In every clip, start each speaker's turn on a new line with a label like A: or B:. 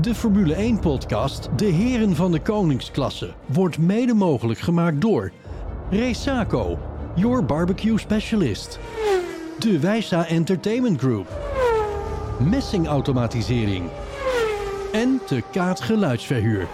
A: De Formule 1-podcast De Heren van de Koningsklasse wordt mede mogelijk gemaakt door Resaco, your barbecue specialist. De Wijsa Entertainment Group. Messingautomatisering. En de Kaat Geluidsverhuur.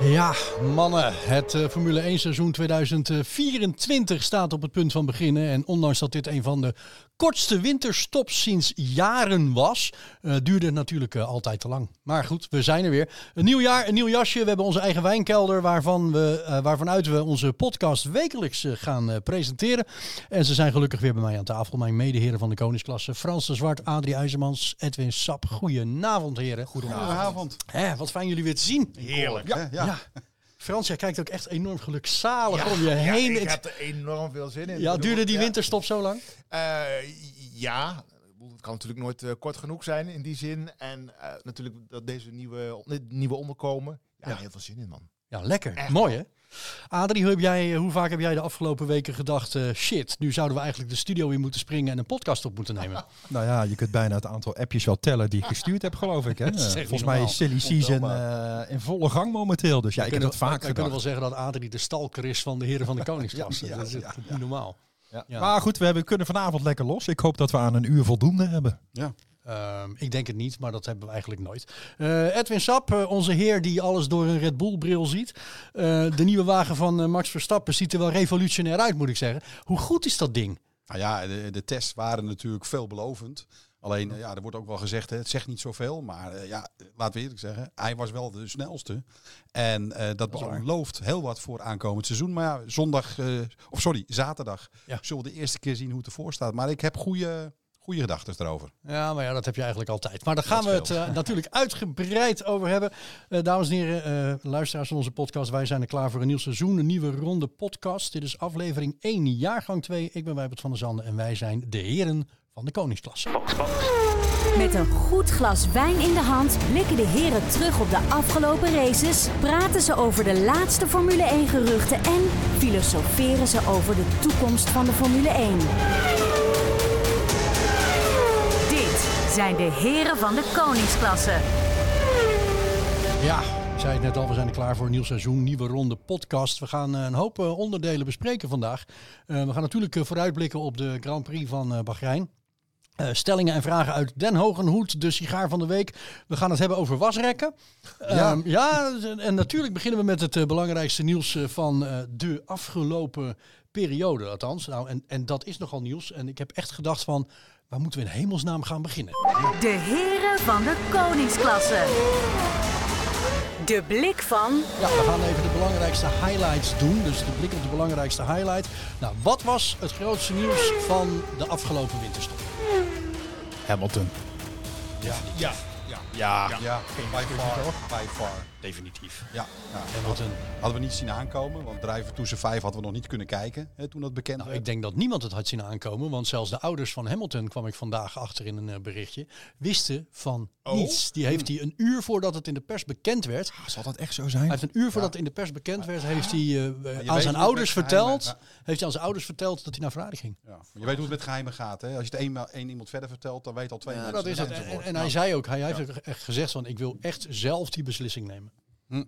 B: Ja, mannen, het eh, Formule 1 seizoen 2024 staat op het punt van beginnen. En ondanks dat dit een van de kortste winterstops sinds jaren was, eh, duurde het natuurlijk eh, altijd te lang. Maar goed, we zijn er weer. Een nieuw jaar, een nieuw jasje. We hebben onze eigen wijnkelder waarvan we, eh, waarvanuit we onze podcast wekelijks eh, gaan eh, presenteren. En ze zijn gelukkig weer bij mij aan tafel. Mijn medeheren van de koningsklasse, Frans de Zwart, Adrie IJzermans, Edwin Sap. Goedenavond, heren.
C: Goedenavond.
B: Hè, wat fijn jullie weer te zien.
D: Heerlijk.
C: Ja, ja.
B: Ja. Frans, jij kijkt ook echt enorm gelukzalig om je
D: Ja,
B: heen.
D: ik
B: Het-
D: heb er enorm veel zin in.
B: ja,
D: Ik
B: duurde
D: bedoel,
B: die
D: ja.
B: winterstop zo lang?
D: Eh, ja, Ik bedoel, het kan natuurlijk nooit eh, kort genoeg zijn in die zin. En eh, natuurlijk dat deze nieuwe, dit nieuwe onderkomen. Ja,
B: Ja.
D: heel veel zin in, man.
B: Ja, lekker.
D: Echt
B: Mooi, hè? Adrie, hoe, heb jij, hoe vaak heb jij de afgelopen weken gedacht... eh, shit, nu zouden we eigenlijk de studio in moeten springen... en een podcast op moeten nemen?
C: Nou ja, je kunt bijna het aantal appjes wel tellen die ik gestuurd heb, geloof ik.
B: is
C: Hè?
B: echt
C: Eh,
B: niet
C: Volgens mij is silly season eh, in volle gang momenteel. Dus ja, ik heb dat vaak
B: Ik kan
C: gedaan.
B: wel zeggen dat Adrie de stalker is van de heren van de koningsklasse.
C: Ja, ja,
B: dat is echt niet normaal. ja.
C: Maar goed, we hebben, kunnen vanavond lekker los. Ik hoop dat we aan een uur voldoende hebben.
B: Ehm, ik denk het niet, maar dat hebben we eigenlijk nooit. Eh, Edwin Sap, eh, onze heer die alles door een Red Bull bril ziet. Eh, de nieuwe wagen van eh, Max Verstappen ziet er wel revolutionair uit, moet ik zeggen. Hoe goed is dat ding?
E: Nou ja, de, de tests waren natuurlijk veelbelovend. Alleen, eh, ja, er wordt ook wel gezegd, hè, het zegt niet zoveel. Maar eh, ja, eh, laten we eerlijk zeggen, hij was wel de snelste. En eh, dat, belooft heel wat voor aankomend seizoen. Maar ja, zondag, eh, of sorry, zaterdag
B: Ja.
E: zullen we de eerste keer zien hoe het ervoor staat. Maar ik heb goede, goede gedachten erover.
B: Ja, maar ja, dat heb je eigenlijk altijd. Maar daar gaan
E: Dat
B: we het eh, natuurlijk uitgebreid over hebben. Eh, dames en heren, eh, luisteraars van onze podcast. Wij zijn er klaar voor een nieuw seizoen. Een nieuwe ronde podcast. Dit is aflevering 1, jaargang 2. Ik ben Wijbert van der Zanden en wij zijn de heren van de koningsklasse.
F: Met een goed glas wijn in de hand blikken de heren terug op de afgelopen races, praten ze over de laatste Formule 1 geruchten en filosoferen ze over de toekomst van de Formule 1. Dit zijn de heren van de koningsklasse.
B: Ja, ik zei het net al, we zijn er klaar voor een nieuw seizoen, nieuwe ronde podcast. We gaan eh, een hoop eh, onderdelen bespreken vandaag. Eh, we gaan natuurlijk eh, vooruitblikken op de Grand Prix van eh, Bahrein. Eh, stellingen en vragen uit Den Hogenhoed, de sigaar van de week. We gaan het hebben over wasrekken. Ja, ja en natuurlijk beginnen we met het eh, belangrijkste nieuws eh, van eh, de afgelopen periode, althans. Nou, en, en dat is nogal nieuws. En ik heb echt gedacht van, waar moeten we in hemelsnaam gaan beginnen?
F: De heren van de koningsklasse. De blik van
B: Ja, we gaan even de belangrijkste highlights doen. Dus de blik op de belangrijkste highlight. Nou, wat was het grootste nieuws van de afgelopen winterstop?
C: Hamilton.
D: Ja.
E: Ja, ja. by far. By far.
B: Definitief.
E: Ja, ja.
B: Hamilton.
E: Hadden we niet zien aankomen, want Driver to Survive hadden we nog niet kunnen kijken hè, toen dat bekend
B: Nou,
E: werd.
B: ik denk dat niemand het had zien aankomen. Want zelfs de ouders van Hamilton, kwam ik vandaag achter in een eh, berichtje, wisten van niets. Die heeft hij een uur voordat het in de pers bekend werd. Hij
C: Zal dat echt zo zijn?
B: heeft een uur voordat het in de pers bekend werd, heeft hij eh,
E: weet
B: aan
E: niet
B: zijn
E: met
B: ouders
E: geheimen,
B: verteld.
E: ja.
B: Heeft hij aan zijn ouders verteld dat hij naar Ferrari ging.
E: Ja. Je weet hoe het met geheimen gaat. Hè? Als je het eenmaal één iemand verder vertelt, dan weet al twee
B: Ja,
E: mensen.
B: dat is het. En, en-
E: enzovoort.
B: en hij zei ook, hij heeft ook echt gezegd van ik wil echt zelf die beslissing nemen. En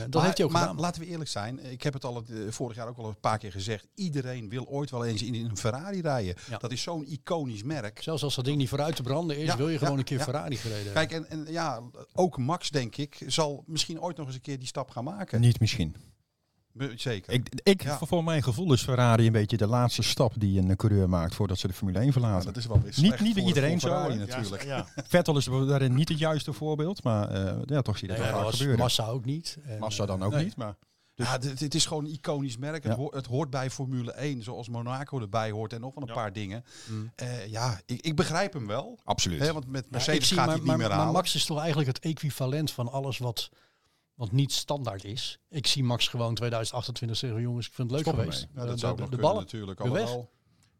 B: eh, dat heeft hij ook
E: Hm. maar
B: gedaan.
E: laten we eerlijk zijn. Ik heb het al het, eh, vorig jaar ook al een paar keer gezegd. Iedereen wil ooit wel eens in een Ferrari rijden.
B: Ja.
E: Dat is zo'n iconisch merk.
B: Zelfs als dat ding niet vooruit te branden is,
E: Ja,
B: wil je gewoon
E: ja,
B: een keer
E: ja.
B: Ferrari gereden
E: Kijk, en, en ja, ook Max, denk ik, zal misschien ooit nog eens een keer die stap gaan maken.
C: Niet misschien.
E: Be- Zeker.
C: Ik, ik,
E: Ja.
C: Voor mijn gevoel is Ferrari een beetje de laatste stap die een coureur maakt voordat ze de Formule 1
E: Ja,
C: verlaten.
E: dat is wel weer
C: Niet-
E: slecht
C: niet
E: voor-
C: iedereen
E: voor
C: zo,
E: Ferrari
C: hè?
E: natuurlijk.
D: Ja,
C: Vettel is daarin niet het juiste voorbeeld, maar eh, ja, toch zie je
B: hebben.
C: dat wel
B: Ja,
C: vaak
B: was
C: gebeuren.
B: Massa ook niet. En,
C: Massa dan ook
E: nee.
C: niet, maar...
E: Ja, dit- het is gewoon een iconisch merk.
C: Ja.
E: Het, hoort, het hoort bij Formule 1, zoals Monaco erbij hoort en nog wel een paar dingen.
B: Mm.
E: Eh, ja, ik, ik begrijp hem wel.
C: Absoluut.
E: Hè, want met
B: eh, ik
E: Mercedes
B: zie, maar,
E: gaat hij het
B: maar-
E: niet meer
B: maar
E: halen.
B: Max is toch eigenlijk het equivalent van alles wat, wat niet standaard is. Ik zie Max gewoon 2028 zeggen, jongens, ik vind het leuk
C: Stop
B: geweest.
C: ermee.
E: Ja,
B: De-
E: dat zou ook
B: de,
E: nog
B: de
E: kunnen
B: ballen.
E: natuurlijk.
B: de weg.
E: Alhoewel,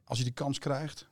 E: als hij die kans krijgt.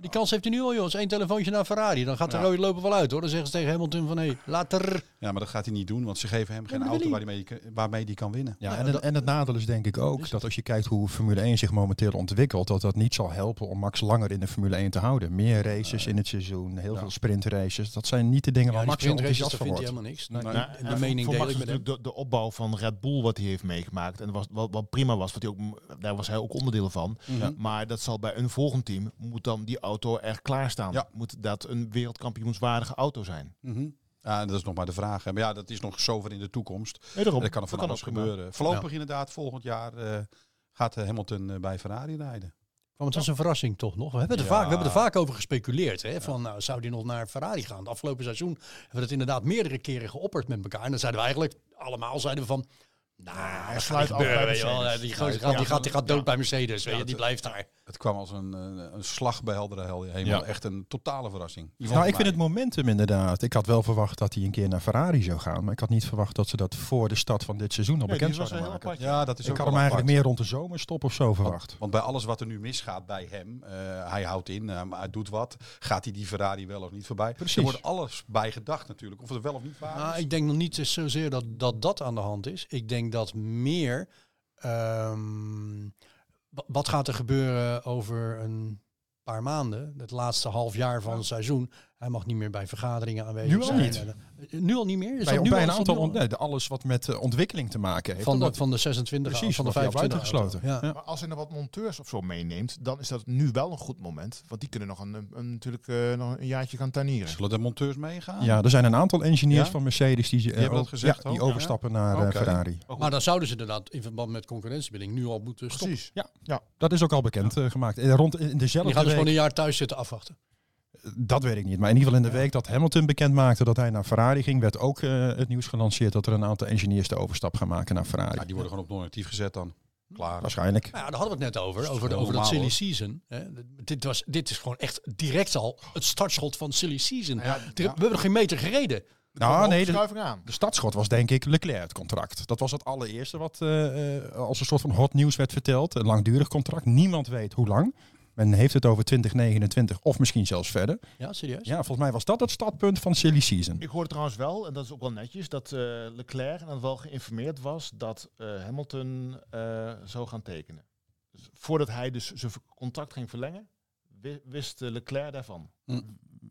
B: Die kans heeft hij nu al, jongens. Eén telefoontje naar Ferrari. Dan gaat de rode lopen wel uit, hoor. Dan zeggen ze tegen Hamilton van, hé, later.
E: Ja, maar dat gaat hij niet doen, want ze geven hem geen
B: maar dat
E: auto
B: wil
E: waarmee hij kan- waarmee hij kan winnen.
B: Nou
C: Ja, en, het- en het nadeel is denk ik
B: Dus-
C: ook dat als je kijkt hoe Formule 1 zich momenteel ontwikkelt, dat dat niet zal helpen om Max langer in de Formule 1 te houden. Meer races in het seizoen, heel veel sprintraces, dat zijn niet de dingen
B: Ja,
C: waar
B: die
C: Max heel
B: sprintraces, daar
C: enthousiast van
B: vindt hij
C: wordt.
B: helemaal niks. Nee. En
D: Nou, en
B: die
D: voor-
B: mening
D: voor
B: deel
D: Max
B: ik
D: is
B: met hem.
D: natuurlijk de, de opbouw van Red Bull wat hij heeft meegemaakt. En was, wat, wat prima was, want hij ook, daar was hij ook onderdeel van.
C: Mhm.
D: Maar dat zal bij een volgend team, moet dan die auto er klaarstaan.
E: Ja.
D: Moet dat een wereldkampioenswaardige auto zijn?
E: Mhm. Ja, en dat is nog maar de vraag. hè. Maar ja, dat is nog zover in de toekomst.
D: Nee, daarom.
E: En er kan er van
D: Dat
E: alles
D: ook gebeuren.
E: gebeuren. Voorlopig inderdaad, volgend jaar eh, gaat eh, Hamilton eh, bij Ferrari rijden.
B: Want het was een verrassing toch nog. We hebben er,
E: Ja.
B: vaak, we hebben er vaak over gespeculeerd. Hè? Van, nou, zou die nog naar Ferrari gaan? Het afgelopen seizoen hebben we dat inderdaad meerdere keren geopperd met elkaar. En dan zeiden we eigenlijk, allemaal zeiden we van... Nou, dat gaat
D: sluit
B: niet
D: af
B: gebeuren,
D: bij
B: weet je wel.
D: Mercedes.
B: Die gozer gaat, Nou, die gaat, die gaat dood bij Mercedes. weet je, die blijft daar.
E: Het kwam als een, eh, een slag bij heldere hel- hemel. Echt een totale verrassing.
C: Nou, ik vind het momentum inderdaad. Ik had wel verwacht dat hij een keer naar Ferrari zou gaan, maar ik had niet verwacht dat ze dat voor de start van dit seizoen al
D: Nee,
C: bekend
D: die was
C: zouden
D: wel
C: maken.
D: heel apart.
E: Ja, dat is
C: Ik
E: ook
C: had
E: wel
C: hem eigenlijk
E: apart.
C: meer rond de zomerstop of zo verwacht.
E: Want bij alles wat er nu misgaat bij hem, eh, hij houdt in, eh, maar hij doet wat. Gaat hij die Ferrari wel of niet voorbij?
C: Precies. Ah,
E: Er wordt alles bij gedacht natuurlijk, of het wel of niet waar
B: Nou,
E: is.
B: ik denk nog niet zozeer dat, dat dat aan de hand is. Ik denk dat meer... ehm, wa- wat gaat er gebeuren over een paar maanden? Het laatste half jaar van het seizoen. Hij mag niet meer bij vergaderingen aanwezig
C: Nu al
B: zijn.
C: niet.
B: Eh, Nu al niet meer? Is
C: Bij,
B: dat nu
C: bij
B: al-
C: een
B: is dat
C: aantal,
B: nu al?
C: on- nee, alles wat met eh, ontwikkeling te maken heeft.
B: Van de,
C: omdat-
B: van de 26
C: precies,
B: van de
C: wordt hij al
B: 25
C: buitengesloten.
B: Ja.
C: Ja.
D: Maar als hij nog wat monteurs of zo meeneemt, dan is dat nu wel een goed moment. Want die kunnen nog een, een- een- natuurlijk eh, nog een jaartje gaan tuinieren.
E: Zullen de monteurs meegaan?
C: Ah. ja, er zijn een aantal engineers
E: Ja?
C: van Mercedes die, eh,
E: hebben dat
C: ook- ja,
E: gezegd
C: die
E: ook, ja.
C: overstappen naar eh,
E: Oké.
C: Ferrari.
B: Maar dan zouden ze inderdaad in verband met concurrentiebinding nu al moeten stoppen.
D: Precies.
C: Dat is ook al bekend eh, gemaakt. En rond in
B: Die
C: dezelfde
B: gaan dus
C: week,
B: gewoon een jaar thuis zitten afwachten.
C: dat weet ik niet. Maar in ieder geval in de week dat Hamilton bekend maakte dat hij naar Ferrari ging, werd ook eh, het nieuws gelanceerd dat er een aantal engineers de overstap gaan maken naar Ferrari.
E: Ja, Ah, die worden gewoon op non-actief gezet dan. Klaar.
C: Waarschijnlijk.
B: Nou ja, daar hadden we het net over. Over,
E: gewoon
B: over dat silly
E: normaal,
B: season. Hè. Dit, was, dit is gewoon echt direct al het startschot van silly season.
D: Ja,
B: We hebben nog geen meter gereden.
C: Nou, nee, de,
D: schuiving aan.
C: de startschot was denk ik Leclerc het contract. Dat was het allereerste wat eh, eh, als een soort van hot nieuws werd verteld. Een langdurig contract. Niemand weet hoe lang. Men heeft het over 2029 of misschien zelfs verder.
B: Ja, serieus?
C: Ja, volgens mij was dat het startpunt van silly season.
D: Ik hoorde trouwens wel, en dat is ook wel netjes, dat eh, Leclerc dan wel geïnformeerd was dat eh, Hamilton eh, zou gaan tekenen. Dus voordat hij dus zijn v- contract ging verlengen, wi- wist eh, Leclerc daarvan.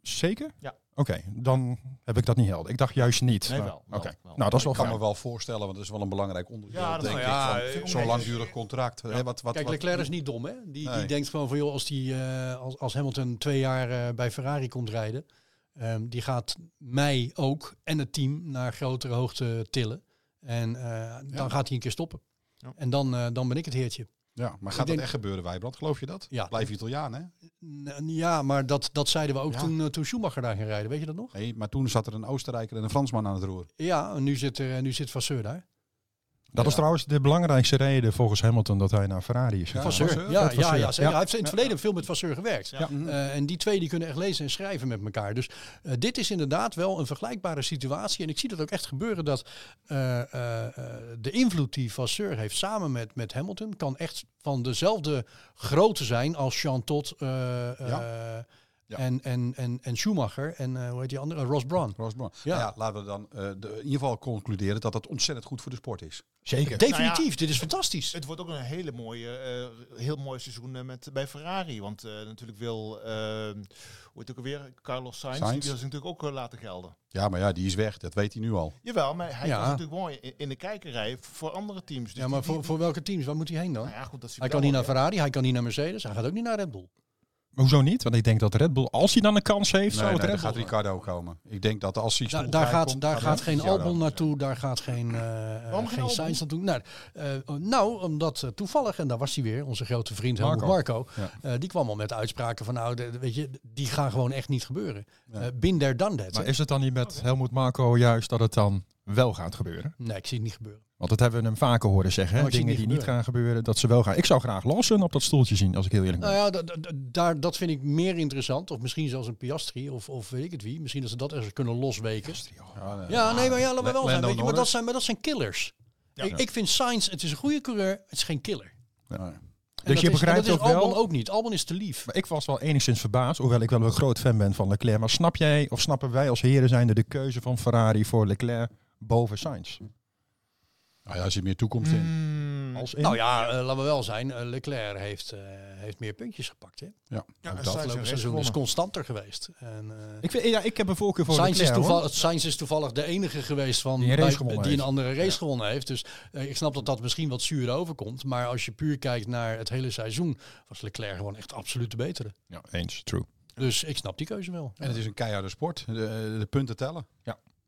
C: Zeker?
D: Ja.
C: Oké, dan heb ik dat niet helder. Ik dacht juist niet.
D: Nee,
C: Maar-
D: wel,
C: Oké.
D: wel, wel.
C: Nou, dat is wel
E: Ik kan
C: fijn.
E: me wel voorstellen, want dat is wel een belangrijk onderdeel.
D: Ja, dat
E: denk
D: nou
E: ik,
B: ja,
E: van
B: eh,
E: Zo'n langdurig contract. hè, wat, wat,
B: Kijk,
E: wat-
B: Leclerc is niet dom, hè? Die,
E: Nee.
B: die denkt gewoon van, joh, als, die, eh, als, als Hamilton twee jaar eh, bij Ferrari komt rijden, ehm, die gaat mij ook en het team naar grotere hoogte tillen. En eh, dan gaat hij een keer stoppen.
D: Ja.
B: En dan, eh, dan ben ik het heertje.
E: Ja, maar gaat
B: denk-
E: dat echt gebeuren, Wijbrand? Geloof je dat?
B: Ja.
E: Blijf Italiaan, hè?
B: N- Ja, maar dat, dat zeiden we ook
E: Ja.
B: toen, eh, toen Schumacher daar ging rijden. Weet je dat nog?
E: Nee, maar toen zat er een Oostenrijker en een Fransman aan het roer.
B: Ja, en nu zit, er, eh, nu zit Vasseur daar.
C: Dat
E: Ja.
C: is trouwens de belangrijkste reden volgens Hamilton dat hij naar Ferrari is gegaan.
B: Vasseur.
E: Vasseur?
B: Ja,
C: Fred
B: ja,
C: Vasseur.
B: ja, zeker.
C: Ja.
B: Hij heeft in het verleden veel met Vasseur gewerkt.
D: Ja.
E: Mhm.
B: Eh, en die twee die kunnen echt lezen en schrijven met elkaar. Dus eh, dit is inderdaad wel een vergelijkbare situatie. En ik zie dat ook echt gebeuren dat eh, eh, eh, de invloed die Vasseur heeft samen met, met Hamilton... kan echt van dezelfde grootte zijn als Jean Todt eh, eh,
E: Ja.
B: En, en, en, en Schumacher en eh, hoe heet die andere? Eh, Ross Braun.
E: Ross Brown.
B: Ja.
E: Nou ja, laten we dan eh, de, in ieder geval concluderen dat dat ontzettend goed voor de sport is.
C: Zeker.
B: Definitief,
D: Nou
B: dit is fantastisch.
D: Het wordt ook een hele mooie, eh, heel mooi seizoen eh, met, bij Ferrari. Want eh, natuurlijk wil, eh, hoe heet ook alweer, Carlos Sainz,
E: Sainz.
D: die wil ze natuurlijk ook eh, laten gelden.
E: Ja, maar ja, die is weg. Dat weet hij nu al.
D: Jawel, maar hij
B: Ja.
D: was natuurlijk mooi in, in de kijkerij voor andere teams. Dus
B: ja, maar
D: die-
B: voor, voor welke teams? Waar moet hij heen dan?
D: nou ja, goed, dat zie
B: hij
D: ik
B: kan
D: wel
B: niet naar
D: weer.
B: Ferrari, hij kan niet naar Mercedes, hij gaat ook niet naar Red Bull.
C: Hoezo niet? Want ik denk dat Red Bull, als hij dan een kans heeft,
E: Nee,
C: zou
E: nee,
C: het
E: daar
C: Red Bull
E: gaat Ricardo komen. Ik denk dat als hij
B: Da-
E: stoel
B: daar
E: vrij
B: gaat,
E: komt,
B: daar gaat
E: hij-
B: geen
E: Ricciardo.
B: Albon naartoe, daar gaat geen, eh eh,
D: geen
B: geen
D: Albon?
B: Sainz naartoe. Nou, eh, nou, omdat eh, toevallig, en daar was hij weer, onze grote vriend Helmut Marco, eh, die kwam al met uitspraken van nou, de- de- weet je, die gaan gewoon echt niet gebeuren. Eh bin there, done that.
C: Maar
B: hè.
C: is het dan niet met Helmoet Marco juist dat het dan wel gaat gebeuren?
B: Nee, ik zie het niet gebeuren.
C: Want dat hebben we hem vaker horen zeggen.
B: Oh,
C: Hè?
B: ik zie
C: Dingen
B: het
C: die
B: niet
C: niet gaan gebeuren, dat ze wel gaan. Ik zou graag Lawson op dat stoeltje zien, als ik heel eerlijk ben.
B: Nou ja, da- da- da- daar, dat vind ik meer interessant. Of misschien zelfs een Piastri of, of weet ik het wie. Misschien dat ze dat ergens kunnen losweken.
E: Ja, nee.
C: Ah,
B: Ja, nee, maar ja, laten we wel zijn.
E: Lando
B: Weet je, maar, dat
E: Norris.
B: zijn maar dat zijn killers. Ik, ik vind Sainz, het is een goede coureur, het is geen killer.
E: Ja.
C: Dus je begrijpt
B: dat
C: ook
B: is Albon
C: wel.
B: ook niet. Albon is te lief.
C: Maar ik was wel enigszins verbaasd, hoewel ik wel een groot fan ben van Leclerc. Maar snap jij of snappen wij als heren zijnde de keuze van Ferrari voor Leclerc boven Sainz?
E: Nou ja, er zit meer toekomst in.
D: Mm,
C: Als in-
B: Nou ja, eh, laten we wel zijn. eh, Leclerc heeft, eh, heeft meer puntjes gepakt. Hè?
D: ja,
E: dat
D: Sainz heeft
B: Afgelopen
D: race
B: seizoen is
D: gewonnen.
B: constanter geweest. En, eh,
C: ik, vind, ja, ik heb een voorkeur voor
B: Sainz is,
C: Leclerc. hoor.
B: toevallig, Sainz is toevallig de enige geweest van
C: Die een race gewonnen
B: die een
C: heeft.
B: andere race gewonnen heeft. Dus eh, ik snap dat dat misschien wat zuur overkomt. Maar als je puur kijkt naar het hele seizoen, was Leclerc gewoon echt absoluut de betere.
C: Ja, eens, true.
B: Dus ik snap die keuze wel.
E: En het is een keiharde sport. De, de punten tellen.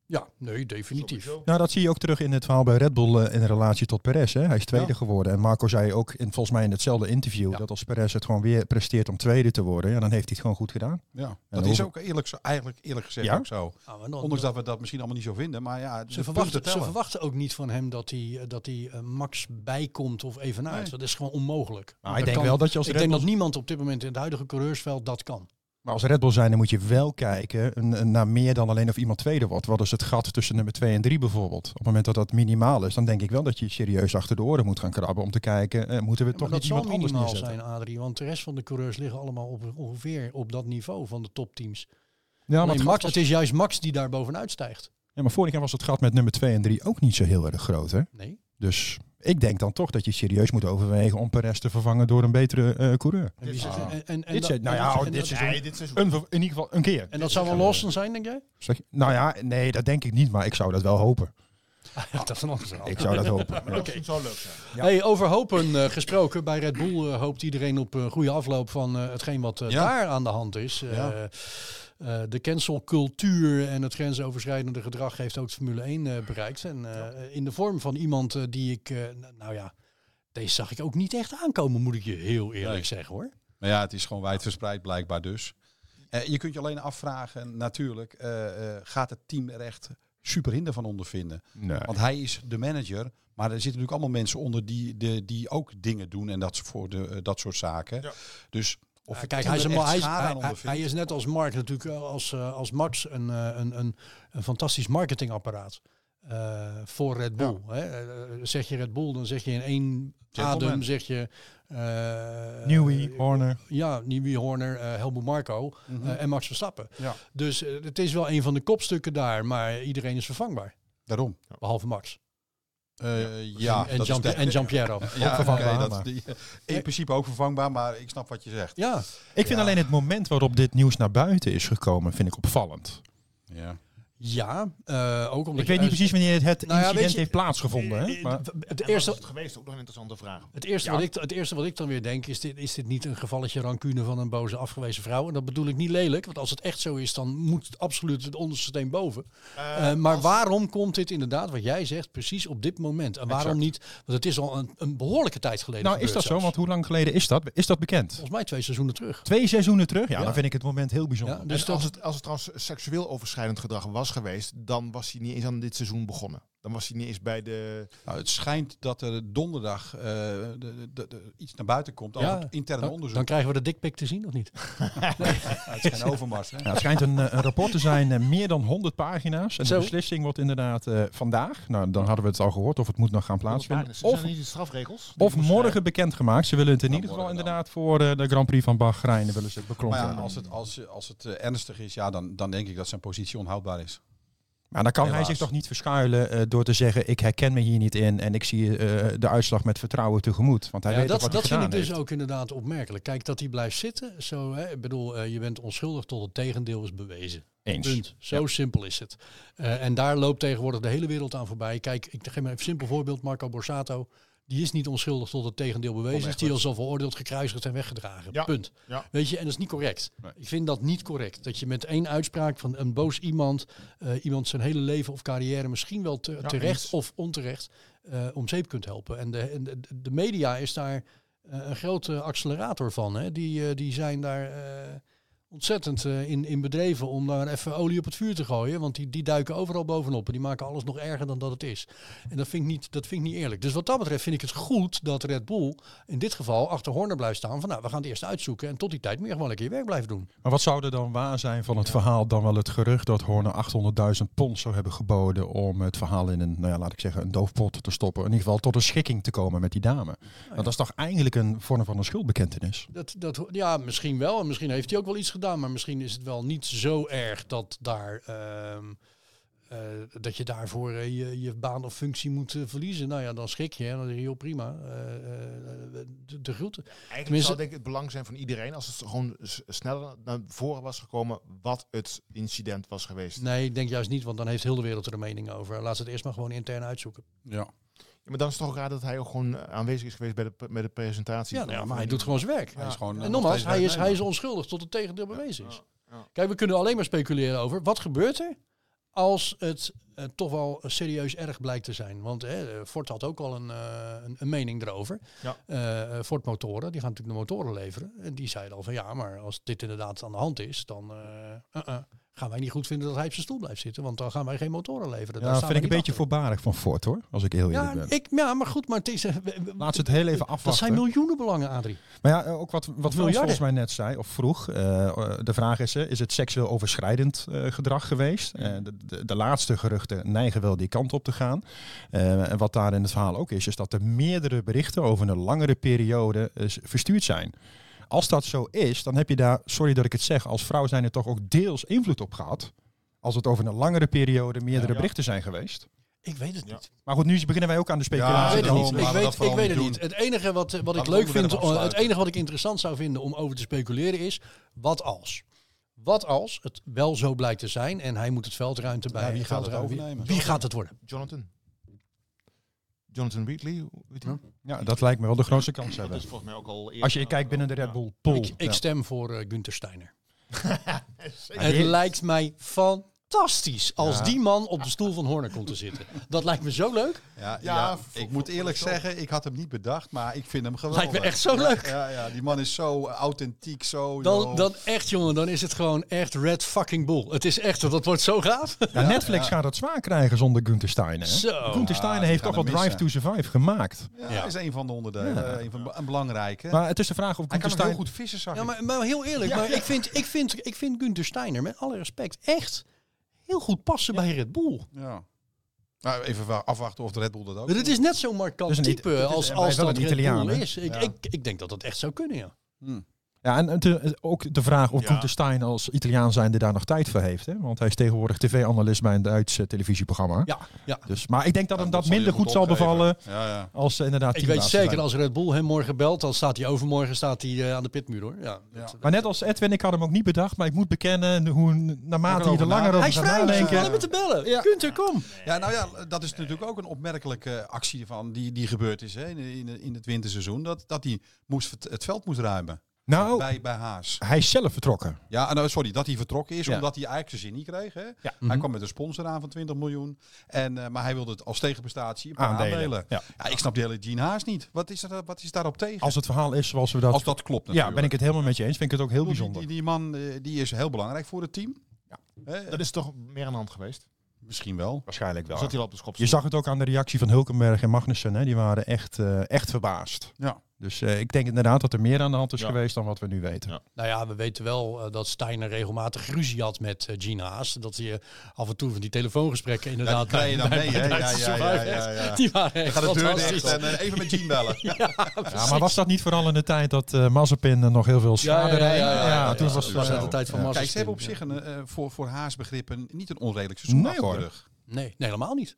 B: Ja, nee, definitief.
D: sowieso.
C: Nou, dat zie je ook terug in het verhaal bij Red Bull eh, in relatie tot Perez. Hè? Hij is tweede
E: Ja.
C: geworden. En Marco zei ook, in, volgens mij in hetzelfde interview,
E: Ja.
C: dat als Perez het gewoon weer presteert om tweede te worden, ja, dan heeft hij het gewoon goed gedaan.
E: Ja,
C: dan
E: dat is
C: hoeven-
E: ook eerlijk, zo, eigenlijk eerlijk gezegd
C: Ja?
E: ook zo.
B: Nou, en dan-
E: Ondanks dat we dat misschien allemaal niet zo vinden. Maar ja, de
B: ze,
E: punten
B: verwachten, ze
E: tellen.
B: verwachten ook niet van hem dat hij, dat hij eh, Max bijkomt of evenaart.
E: Nee.
B: Dat is gewoon onmogelijk.
C: Maar
B: Dat
C: Nou, ik denk
B: kan-
C: wel dat je als
B: ik
C: Red
B: denk
C: Bull,
B: dat niemand op dit moment in het huidige coureursveld dat kan.
C: maar als Red Bull zijn, dan moet je wel kijken eh, naar meer dan alleen of iemand tweede wordt. Wat is het gat tussen nummer 2 en 3 bijvoorbeeld? Op het moment dat dat minimaal is, dan denk ik wel dat je serieus achter de oren moet gaan krabben om te kijken, eh, moeten we
B: maar
C: toch
B: dat
C: niet
B: zal
C: iemand anders
B: minimaal
C: neerzetten?
B: zijn, Adrie. Want de rest van de coureurs liggen allemaal op, ongeveer op dat niveau van de topteams.
C: Ja,
B: Alleen
C: maar, het gat
B: Max,
C: was-
B: het is juist Max die daar bovenuit stijgt.
C: ja, maar vorig jaar was het gat met nummer 2 en 3 ook niet zo heel erg groot, hè?
B: Nee.
C: Dus ik denk dan toch dat je serieus moet overwegen om Perez te vervangen door een betere eh, coureur.
B: En wie zegt-
E: Ah.
B: en- en- en
C: Dit
B: dat-
C: zijn- nou
B: en
C: ja,
B: dat-
C: oh,
B: en
C: dit
B: dat-
C: seizoen.
D: Nee, dit seizoen.
C: Een, ver- in ieder geval een keer.
B: En dat zou wel Lawson zijn, denk jij?
C: Zeg je- nou ja, nee, dat denk ik niet, maar ik zou dat wel hopen.
B: dat is een ander verhaal.
C: Ik zou dat hopen. Ja.
D: Dat zou leuk zijn.
B: Hey, over hopen eh, gesproken. Bij Red Bull eh, hoopt iedereen op een goede afloop van eh, hetgeen wat eh,
E: Ja.
B: daar aan de hand is. Eh,
E: Ja.
B: eh, de cancelcultuur en het grensoverschrijdende gedrag heeft ook de Formule 1 eh, bereikt. En eh, in de vorm van iemand eh, die ik, eh, n- nou ja, deze zag ik ook niet echt aankomen, moet ik je heel eerlijk
E: Nee.
B: zeggen hoor.
E: Maar ja, het is gewoon wijdverspreid blijkbaar dus. Eh, je kunt je alleen afvragen, natuurlijk, eh, eh, gaat het team er echt super hinder van ondervinden?
C: Nee.
E: Want hij is de manager, maar er zitten natuurlijk allemaal mensen onder die, de, die ook dingen doen en dat, soort- voor de, eh, dat soort zaken.
D: Ja.
E: Dus of
B: Ja,
E: het
B: kijk,
E: team
B: hij is,
E: er
B: een,
E: echt
B: hij, is,
E: schade
B: hij-
E: aan
B: hij-
E: ondervindt.
B: hij is net als Mark natuurlijk, eh, als, eh, als Max, een, eh, een, een, een fantastisch marketingapparaat eh, voor Red Bull. Hè? Eh, Zeg je Red Bull, dan zeg je in één
E: Gentleman.
B: adem, zeg je... eh,
C: Newey, Horner.
B: Ja, Nieuwie Horner, eh, Helmut Marco
E: Mhm.
B: eh, en Max Verstappen.
E: Ja.
B: Dus eh, het is wel een van de kopstukken daar, maar iedereen is vervangbaar.
E: Daarom.
B: Behalve Max.
E: Eh, ja,
B: en,
E: dat is
B: Gian,
E: de-
B: en Gianpiero.
E: Ja,
C: vervangbaar,
E: oké, dat-
C: maar.
E: die- eh, in principe ook vervangbaar, maar ik snap wat je zegt.
B: Ja,
C: Ik vind
E: Ja.
C: alleen het moment waarop dit nieuws naar buiten is gekomen, vind ik opvallend.
E: Ja.
B: ja eh, ook omdat
C: Ik weet niet precies wanneer het, het
B: Nou ja,
C: incident
B: weet je-
C: heeft plaatsgevonden. Hè?
B: Eh,
C: Maar,
B: het
D: En eerste
B: eerste,
D: is het geweest ook nog een interessante vraag.
B: Het eerste,
C: Ja.
B: wat ik, het eerste wat ik dan weer denk is dit, is dit niet een gevalletje rancune van een boze afgewezen vrouw? En dat bedoel ik niet lelijk, want als het echt zo is, dan moet het absoluut het onderste steen boven. Eh, maar waarom komt dit inderdaad, wat jij zegt, precies op dit moment? En waarom
C: Exact.
B: niet, want het is al een, een behoorlijke tijd geleden
C: nou, is
B: gebeurd
C: dat zo?
B: zelfs.
C: Want hoe lang geleden is dat? Is dat bekend?
B: Volgens mij twee seizoenen terug.
C: Twee seizoenen terug? Ja,
B: Ja.
C: dan vind ik het moment heel bijzonder.
B: Ja,
D: Dus
B: dus dat,
D: als, het, als het trouwens seksueel overschrijdend gedrag was geweest, dan was hij niet eens aan dit seizoen begonnen. Dan was hij niet eens bij de.
E: Nou, het schijnt dat er donderdag eh, de, de, de- iets naar buiten komt over
B: Ja, Oh,
E: het interne
B: dan,
E: onderzoek.
B: dan krijgen we de dikpik te zien, of niet?
E: Ja, het is geen overmars. Hè?
C: Nou, het schijnt een, eh, een rapport te zijn, eh, meer dan 100 pagina's. En
B: Zo.
C: de beslissing wordt inderdaad eh, vandaag. Nou, dan hadden we het al gehoord of het moet nog gaan plaatsvinden.
D: Zijn
C: Of
D: er niet de strafregels?
C: Of morgen bekendgemaakt. Ze willen het in
E: Nou,
C: ieder geval
E: morgen dan.
C: inderdaad voor eh, de Grand Prix van Bahrein willen ze het beklompen.
E: Maar ja,
C: hebben.
E: als het, als, als het eh, ernstig is, ja, dan, dan denk ik dat zijn positie onhoudbaar is.
C: maar dan kan hij
E: helaas.
C: zich toch niet verschuilen eh, door te zeggen: ik herken me hier niet in en ik zie eh, de uitslag met vertrouwen tegemoet. Want hij
B: Ja,
C: weet
B: dat
C: toch wat
B: dat
C: hij
B: vind
C: gedaan
B: ik dus
C: heeft.
B: ook inderdaad opmerkelijk. Kijk, dat hij blijft zitten, zo, hè, ik bedoel, eh, je bent onschuldig tot het tegendeel is bewezen.
C: Eens.
B: Punt. Zo simpel is het. Eh, en daar loopt tegenwoordig de hele wereld aan voorbij. Kijk, ik geef maar even een simpel voorbeeld. Marco Borsato, die is niet onschuldig tot het tegendeel
C: Oh,
B: bewezen. Is die al zo veroordeeld, gekruisigd en weggedragen.
D: Ja.
B: Punt.
D: Ja.
B: Weet je, en dat is niet correct.
C: Nee.
B: Ik vind dat niet correct. Dat je met één uitspraak van een boos iemand, eh, iemand zijn hele leven of carrière misschien wel te- terecht
D: eens.
B: of onterecht eh, om zeep kunt helpen. En de, en de, de media is daar eh, een grote accelerator van. Hè? Die, eh, die zijn daar... eh, ontzettend eh, in, in bedreven om daar even olie op het vuur te gooien. Want die, die duiken overal bovenop en die maken alles nog erger dan dat het is. En dat vind, ik niet, dat vind ik niet eerlijk. Dus wat dat betreft vind ik het goed dat Red Bull in dit geval achter Horner blijft staan. Van nou, we gaan het eerst uitzoeken en tot die tijd meer gewoon lekker je werk blijven doen.
C: Maar wat zou er dan waar zijn van het verhaal dan wel het gerucht dat Horner 800.000 pond zou hebben geboden om het verhaal in een, nou ja, laat ik zeggen, een doofpot te stoppen. In ieder geval tot een schikking te komen met die dame. Nou, dat is toch eigenlijk een vorm van een schuldbekentenis?
B: Dat, dat, ja, misschien wel. En misschien heeft hij ook wel iets gedaan. Maar misschien is het wel niet zo erg dat, daar, ehm, eh, dat je daarvoor eh, je, je baan of functie moet eh, verliezen. Nou ja, dan schrik je. En dan zeg je, joh, prima. Eh, eh, de, de groeten.
D: Eigenlijk
B: Tenminste-
D: zou denk ik het belang zijn van iedereen als het gewoon s- sneller naar voren was gekomen wat het incident was geweest.
B: Nee, ik denk juist niet. Want dan heeft heel de wereld er een mening over. Laat ze het eerst maar gewoon intern uitzoeken.
E: Ja.
D: Ja, maar dan is het toch raar dat hij ook gewoon eh, aanwezig is geweest bij de, p- bij de presentatie.
B: Ja, nou
D: van-
B: ja,
D: van
B: maar hij
D: de-
B: doet gewoon zijn werk.
E: Hij is gewoon, eh,
B: En
E: nog
B: nogmaals,
E: steeds
B: hij is, hij
E: werknemer.
B: is onschuldig tot het tegendeel bewezen is.
D: ja.
B: Kijk, we kunnen alleen maar speculeren over wat gebeurt er als het eh, toch wel serieus erg blijkt te zijn. Want hè, eh, Ford had ook al een, eh, een, een mening erover.
D: Ja.
B: Eh, eh, Ford motoren, die gaan natuurlijk de motoren leveren. En die zeiden al van ja, maar als dit inderdaad aan de hand is, dan eh, eh, eh, gaan wij niet goed vinden dat hij op zijn stoel blijft zitten. Want dan gaan wij geen motoren leveren. Daar
C: Ja, dat
B: staan
C: vind ik een
B: wij
C: beetje
B: niet
C: voorbarig van Fort hoor, als ik heel eerlijk
B: achter.
C: ben.
B: Ja, ik, ja, maar goed, maar het is, eh, we- we-
C: Laat ze het heel even afwachten.
B: dat zijn miljoenen belangen, Adrie.
C: Maar ja, eh, ook wat, wat Frans
B: miljarden.
C: volgens mij net zei, of vroeg. eh, eh, de vraag is, eh, is het seksueel overschrijdend eh, gedrag geweest? Eh, de, de, de laatste geruchten neigen wel die kant op te gaan. Eh, en wat daar in het verhaal ook is, is dat er meerdere berichten over een langere periode eh, s- verstuurd zijn. Als dat zo is, dan heb je daar, sorry dat ik het zeg, als vrouw zijn er toch ook deels invloed op gehad. Als het over een langere periode meerdere
D: Ja.
C: berichten zijn geweest.
B: Ik weet het
D: Ja.
B: niet.
C: Maar goed, nu beginnen wij ook aan de
E: Ja,
B: Ik
C: speculatie.
B: weet het
E: daarom
B: niet.
E: laten
B: Ik
E: we dat
B: weet, ik
E: vooral
B: weet
E: niet
B: het niet.
E: doen.
B: Het enige wat, eh, wat ik
E: het
B: leuk vind,
E: onderwerp
B: eh, het
E: afsluiten.
B: enige wat ik interessant zou vinden om over te speculeren is, wat als? Wat als het wel zo blijkt te zijn en hij moet het veldruimte bij
E: wie gaat het
B: veldruimte-
E: overnemen?
B: Wie, wie gaat het worden?
D: Jonathan. Jonathan Wheatley, hoe heet hij?
C: Ja, dat lijkt me wel de grootste kans
D: Dat
C: hebben.
D: is volgens mij ook al eerder
C: Als je kijkt binnen de Red Bull pool.
B: Ik, ik
C: Ja.
B: stem voor eh, Gunther Steiner.
D: Zeker.
B: Het
C: die-
B: lijkt mij fantastisch als
C: Ja.
B: die man op de stoel van Horner komt te zitten. Dat lijkt me zo leuk.
E: Ja,
D: Ja,
E: ja,
D: voor-
E: ik
D: voor-
E: moet
D: voor
E: eerlijk
D: de show.
E: zeggen, ik had hem niet bedacht, maar ik vind hem geweldig.
B: Lijkt me echt zo leuk.
E: Ja, ja, die man is zo authentiek, zo... joh.
B: Dan, dan echt jongen, dan is het gewoon echt Red fucking Bull. Het is echt, dat wordt zo gaaf.
C: Ja, Netflix gaat het zwaar krijgen zonder Gunther Steiner. hè?
B: Zo.
C: Gunther
E: Ja,
C: Steiner
E: die
C: heeft
E: gaan
C: toch wel
E: hem
C: Drive to
E: missen.
C: Survive gemaakt.
E: Ja, hij is een van de onderdelen, eh, een, van, een belangrijke.
C: Maar het is de vraag of
E: hij
C: Gunther
E: kan ook
C: Steiner...
E: heel goed vissen, zag
B: Ja,
E: ik.
B: maar, maar heel eerlijk, maar Ik, vind, ik, vind, ik vind Gunther Steiner, met alle respect, echt heel goed passen bij Red Bull.
E: Ja. Nou, even wa- afwachten of de Red Bull dat ook...
B: Het is net zo'n markant
C: Dus een It-
B: type
C: het is-
B: als,
C: en
B: als
C: wij wel
B: dat
C: een
B: Red
C: Italiaan,
B: Bull
C: hè?
B: is. Ik, ik, ik denk dat dat echt zou kunnen, ja.
C: Ja, en het, eh, ook de vraag of
D: Ja.
C: Gunther Steiner als Italiaan zijnde daar nog tijd voor heeft. Hè? Want hij is tegenwoordig tv-analyst bij een Duits eh, televisieprogramma.
B: Ja, ja.
C: Dus, maar ik denk dat
E: Ja,
C: hem dat
E: zal hij
C: minder
E: moet
C: goed zal
E: opgeven.
C: bevallen
E: Ja, ja.
C: als ze inderdaad
B: Ik weet
C: teambaas
B: zeker,
C: zijn.
B: als Red Bull hem morgen belt, dan staat hij overmorgen staat hij, eh, aan de pitmuur, hoor. Ja.
E: Ja.
C: Maar net als Edwin, ik had hem ook niet bedacht. Maar ik moet bekennen, hoe, naarmate hij
E: erover
C: er langer
E: nadenken.
B: Hij
C: over
B: is
C: gaat
B: vrij, dus we
C: nadenken...
B: gaan hem te bellen. Gunther, kom.
E: Ja, nou ja, dat is natuurlijk ook een opmerkelijke actie van die, die gebeurd is hè, in, in, in het winterseizoen. Dat, dat hij moest, vert- het veld moest ruimen
B: Oh.
C: Nou,
E: bij, bij Haas.
C: hij is zelf vertrokken.
E: Ja, nou, sorry, dat hij vertrokken is
C: Ja. Mhm.
E: omdat hij eigenlijk zijn zin niet kreeg. Hè? Hij kwam met een sponsor aan van 20 miljoen. En, eh, maar hij wilde het als tegenprestatie een paar
C: Aandelen.
E: aandelen.
C: Ja.
E: Ja. ik snap de hele Gene Haas niet. Wat is, er, wat is daarop tegen?
C: Als het verhaal is zoals we dat...
E: Als dat klopt natuurlijk.
C: ja, ben ik het helemaal met je eens. Vind ik het ook heel
E: Ik bedoel,
C: bijzonder.
E: Die, die, die man eh, die is heel belangrijk voor het team. Hè,
D: Dat is toch meer aan de hand geweest?
E: Misschien wel.
C: Waarschijnlijk
D: Zat hij wel op de schop?
C: Dus Je zag het ook aan de reactie van Hulkenberg en Magnussen. Hè? Die waren echt, eh, echt verbaasd.
E: Ja.
C: Dus eh, ik denk inderdaad dat er meer aan de hand is
D: Ja.
C: geweest dan wat we nu weten.
D: Ja.
B: Nou ja, we weten wel eh, dat Steiner regelmatig ruzie had met eh, Gina Haas. Dat hij eh, af en toe van die telefoongesprekken inderdaad...
E: krijg je dan
B: bij-
E: mee,
B: bij
E: hè?
B: Duitse
E: Ja, ja, ja,
B: survivors.
E: ja, ja.
B: Die waren echt
E: Ga de deur dicht
B: fantastisch.
E: en eh, even met Gene bellen.
C: Ja, maar was dat niet vooral in de tijd dat eh Mazepin eh, nog heel veel schade
B: ja, ja,
C: reed?
B: ja, ja, ja,
C: toen
B: ja,
C: was
B: dat
C: het
B: was
C: wel
B: uit
C: zo.
B: de tijd van
C: Ja.
B: Mazepin.
E: Kijk, ze hebben op zich een, eh, voor, voor Haas begrippen niet een onredelijk seizoen
C: Nee,
E: achter de
C: hoor.
E: rug.
B: Nee, nee, helemaal niet.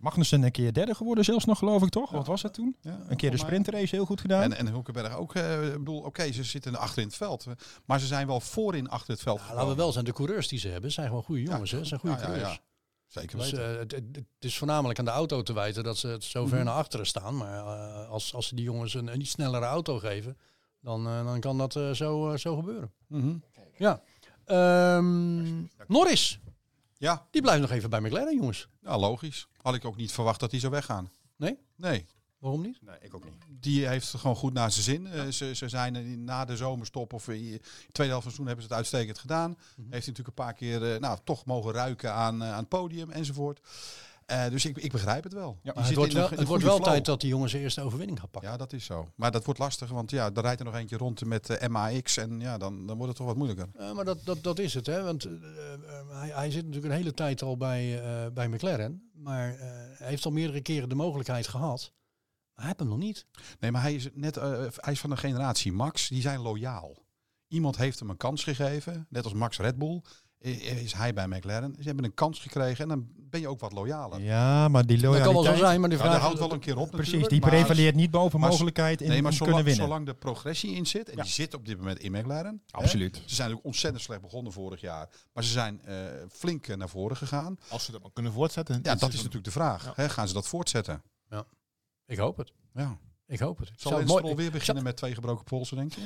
C: Magnussen een keer derde geworden zelfs nog, geloof ik, toch? Wat was dat toen?
E: Ja,
C: Een keer de
E: volgens mij.
C: sprintrace heel goed gedaan.
E: En, en Hulkenberg ook. eh, ik bedoel, oké, ze zitten achter in het veld. eh, Maar ze zijn wel voorin achter het veld.
B: Ja, laten we wel zijn, de coureurs die ze hebben zijn gewoon goede jongens. hè? zijn goede
E: Ja, ja,
B: coureurs.
E: ja. Zeker
B: Dus
E: weten.
B: eh, het, het- het is voornamelijk aan de auto te wijten dat ze het zo ver naar achteren staan. Maar eh, als, als ze die jongens een, een iets snellere auto geven, dan, eh, dan kan dat eh, zo, eh, zo gebeuren.
E: Mhm.
B: Ja. Ehm, Norris,
E: Ja,
B: die blijft nog even bij McLaren, jongens.
E: nou, logisch. Had ik ook niet verwacht dat die zou weggaan.
B: Nee?
E: Nee.
B: Waarom niet?
C: Nee, ik ook niet.
E: Die heeft het gewoon goed naar zijn zin. Eh, ze, ze zijn er in- na de zomerstop of in de tweede helft van het seizoen hebben ze het uitstekend gedaan.
B: Mhm.
E: Heeft hij natuurlijk een paar keer eh, nou, toch mogen ruiken aan, eh, aan het podium enzovoort. Eh, dus ik, ik begrijp het wel. Die
B: Maar het
E: zit
B: wordt
E: in een
B: wel,
E: ge-
B: het wordt
E: goede
B: wel
E: flow.
B: tijd dat die jongens de eerste overwinning gaan pakken.
E: Ja, dat is zo. Maar dat wordt lastig, want ja, er rijdt er nog eentje rond met eh, MAX en ja, dan, dan wordt het toch wat moeilijker.
B: Eh, maar dat, dat, dat is het, hè? Want eh, eh, hij, hij zit natuurlijk een hele tijd al bij, eh, bij McLaren. Maar eh, hij heeft al meerdere keren de mogelijkheid gehad. Maar hij heeft hem nog niet.
E: Nee, maar hij is net, eh, hij is van de generatie Max, die zijn loyaal. Iemand heeft hem een kans gegeven, net als Max Red Bull eh, is hij bij McLaren. Ze hebben een kans gekregen en dan ben je ook wat loyaler.
C: Ja, maar die
B: Dat
C: loyaliteit...
B: kan wel zo zijn, maar de
E: Ja,
B: vraag
E: dat houdt wel een keer op
C: Precies,
E: natuurlijk,
C: die
E: maar-
C: prevaleert niet boven
E: maar-
C: mogelijkheid in
E: Nee,
C: om
E: maar
C: te
E: zolang,
C: kunnen winnen.
E: zolang de progressie in zit, en die zit op dit moment in McLaren. hè,
C: Absoluut.
E: ze zijn ook ontzettend slecht begonnen vorig jaar. Maar ze zijn eh, flink eh, naar voren gegaan.
D: Als ze dat maar kunnen voortzetten.
E: Ja,
D: Dit
E: dat is natuurlijk de vraag.
D: Ja.
E: Hè, gaan ze dat voortzetten?
B: Ik hoop het.
E: Ja.
B: Ik hoop het. Ik
E: Zal
B: zou
E: Lance
B: het mooi-
E: Stroll weer
B: ik
E: beginnen met twee gebroken polsen, denk je?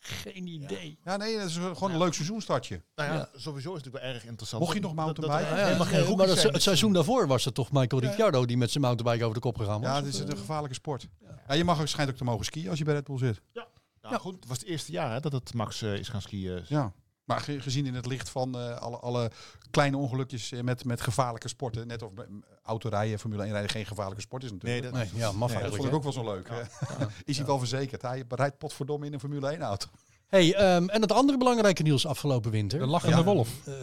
B: Geen idee.
E: Ja, nee, dat is gewoon een leuk seizoenstartje.
D: Nou ja, sowieso is het natuurlijk wel erg interessant.
E: Mocht je nog mountainbiken?
D: erbij?
B: maar
D: geen
B: maar
D: rookies
B: het,
D: zijn.
B: het seizoen daarvoor was het toch Michael Ricciardo die met zijn mountainbike over de kop gegaan was?
E: Ja, dit is een gevaarlijke sport. Ja, je mag ook schijnt ook te mogen skiën als je bij Red Bull zit.
D: Nou, goed, het was het eerste jaar hè, dat het Max eh, is gaan skiën.
E: Ja. Maar ge- gezien in het licht van eh, alle, alle kleine ongelukjes eh, met, met gevaarlijke sporten, net of met, mm, autorijden, Formule 1 rijden geen gevaarlijke sport is natuurlijk.
D: dat,
B: Nee, ja, mag
E: Nee, dat
B: eigenlijk.
E: vond
B: hè?
E: ik ook wel zo leuk. hè. Is hij wel verzekerd? Hij rijdt potverdomme in een Formule 1 auto.
B: Hey, ehm, en het andere belangrijke nieuws afgelopen winter.
C: De lachende
B: Eh,
C: wolf.
B: eh,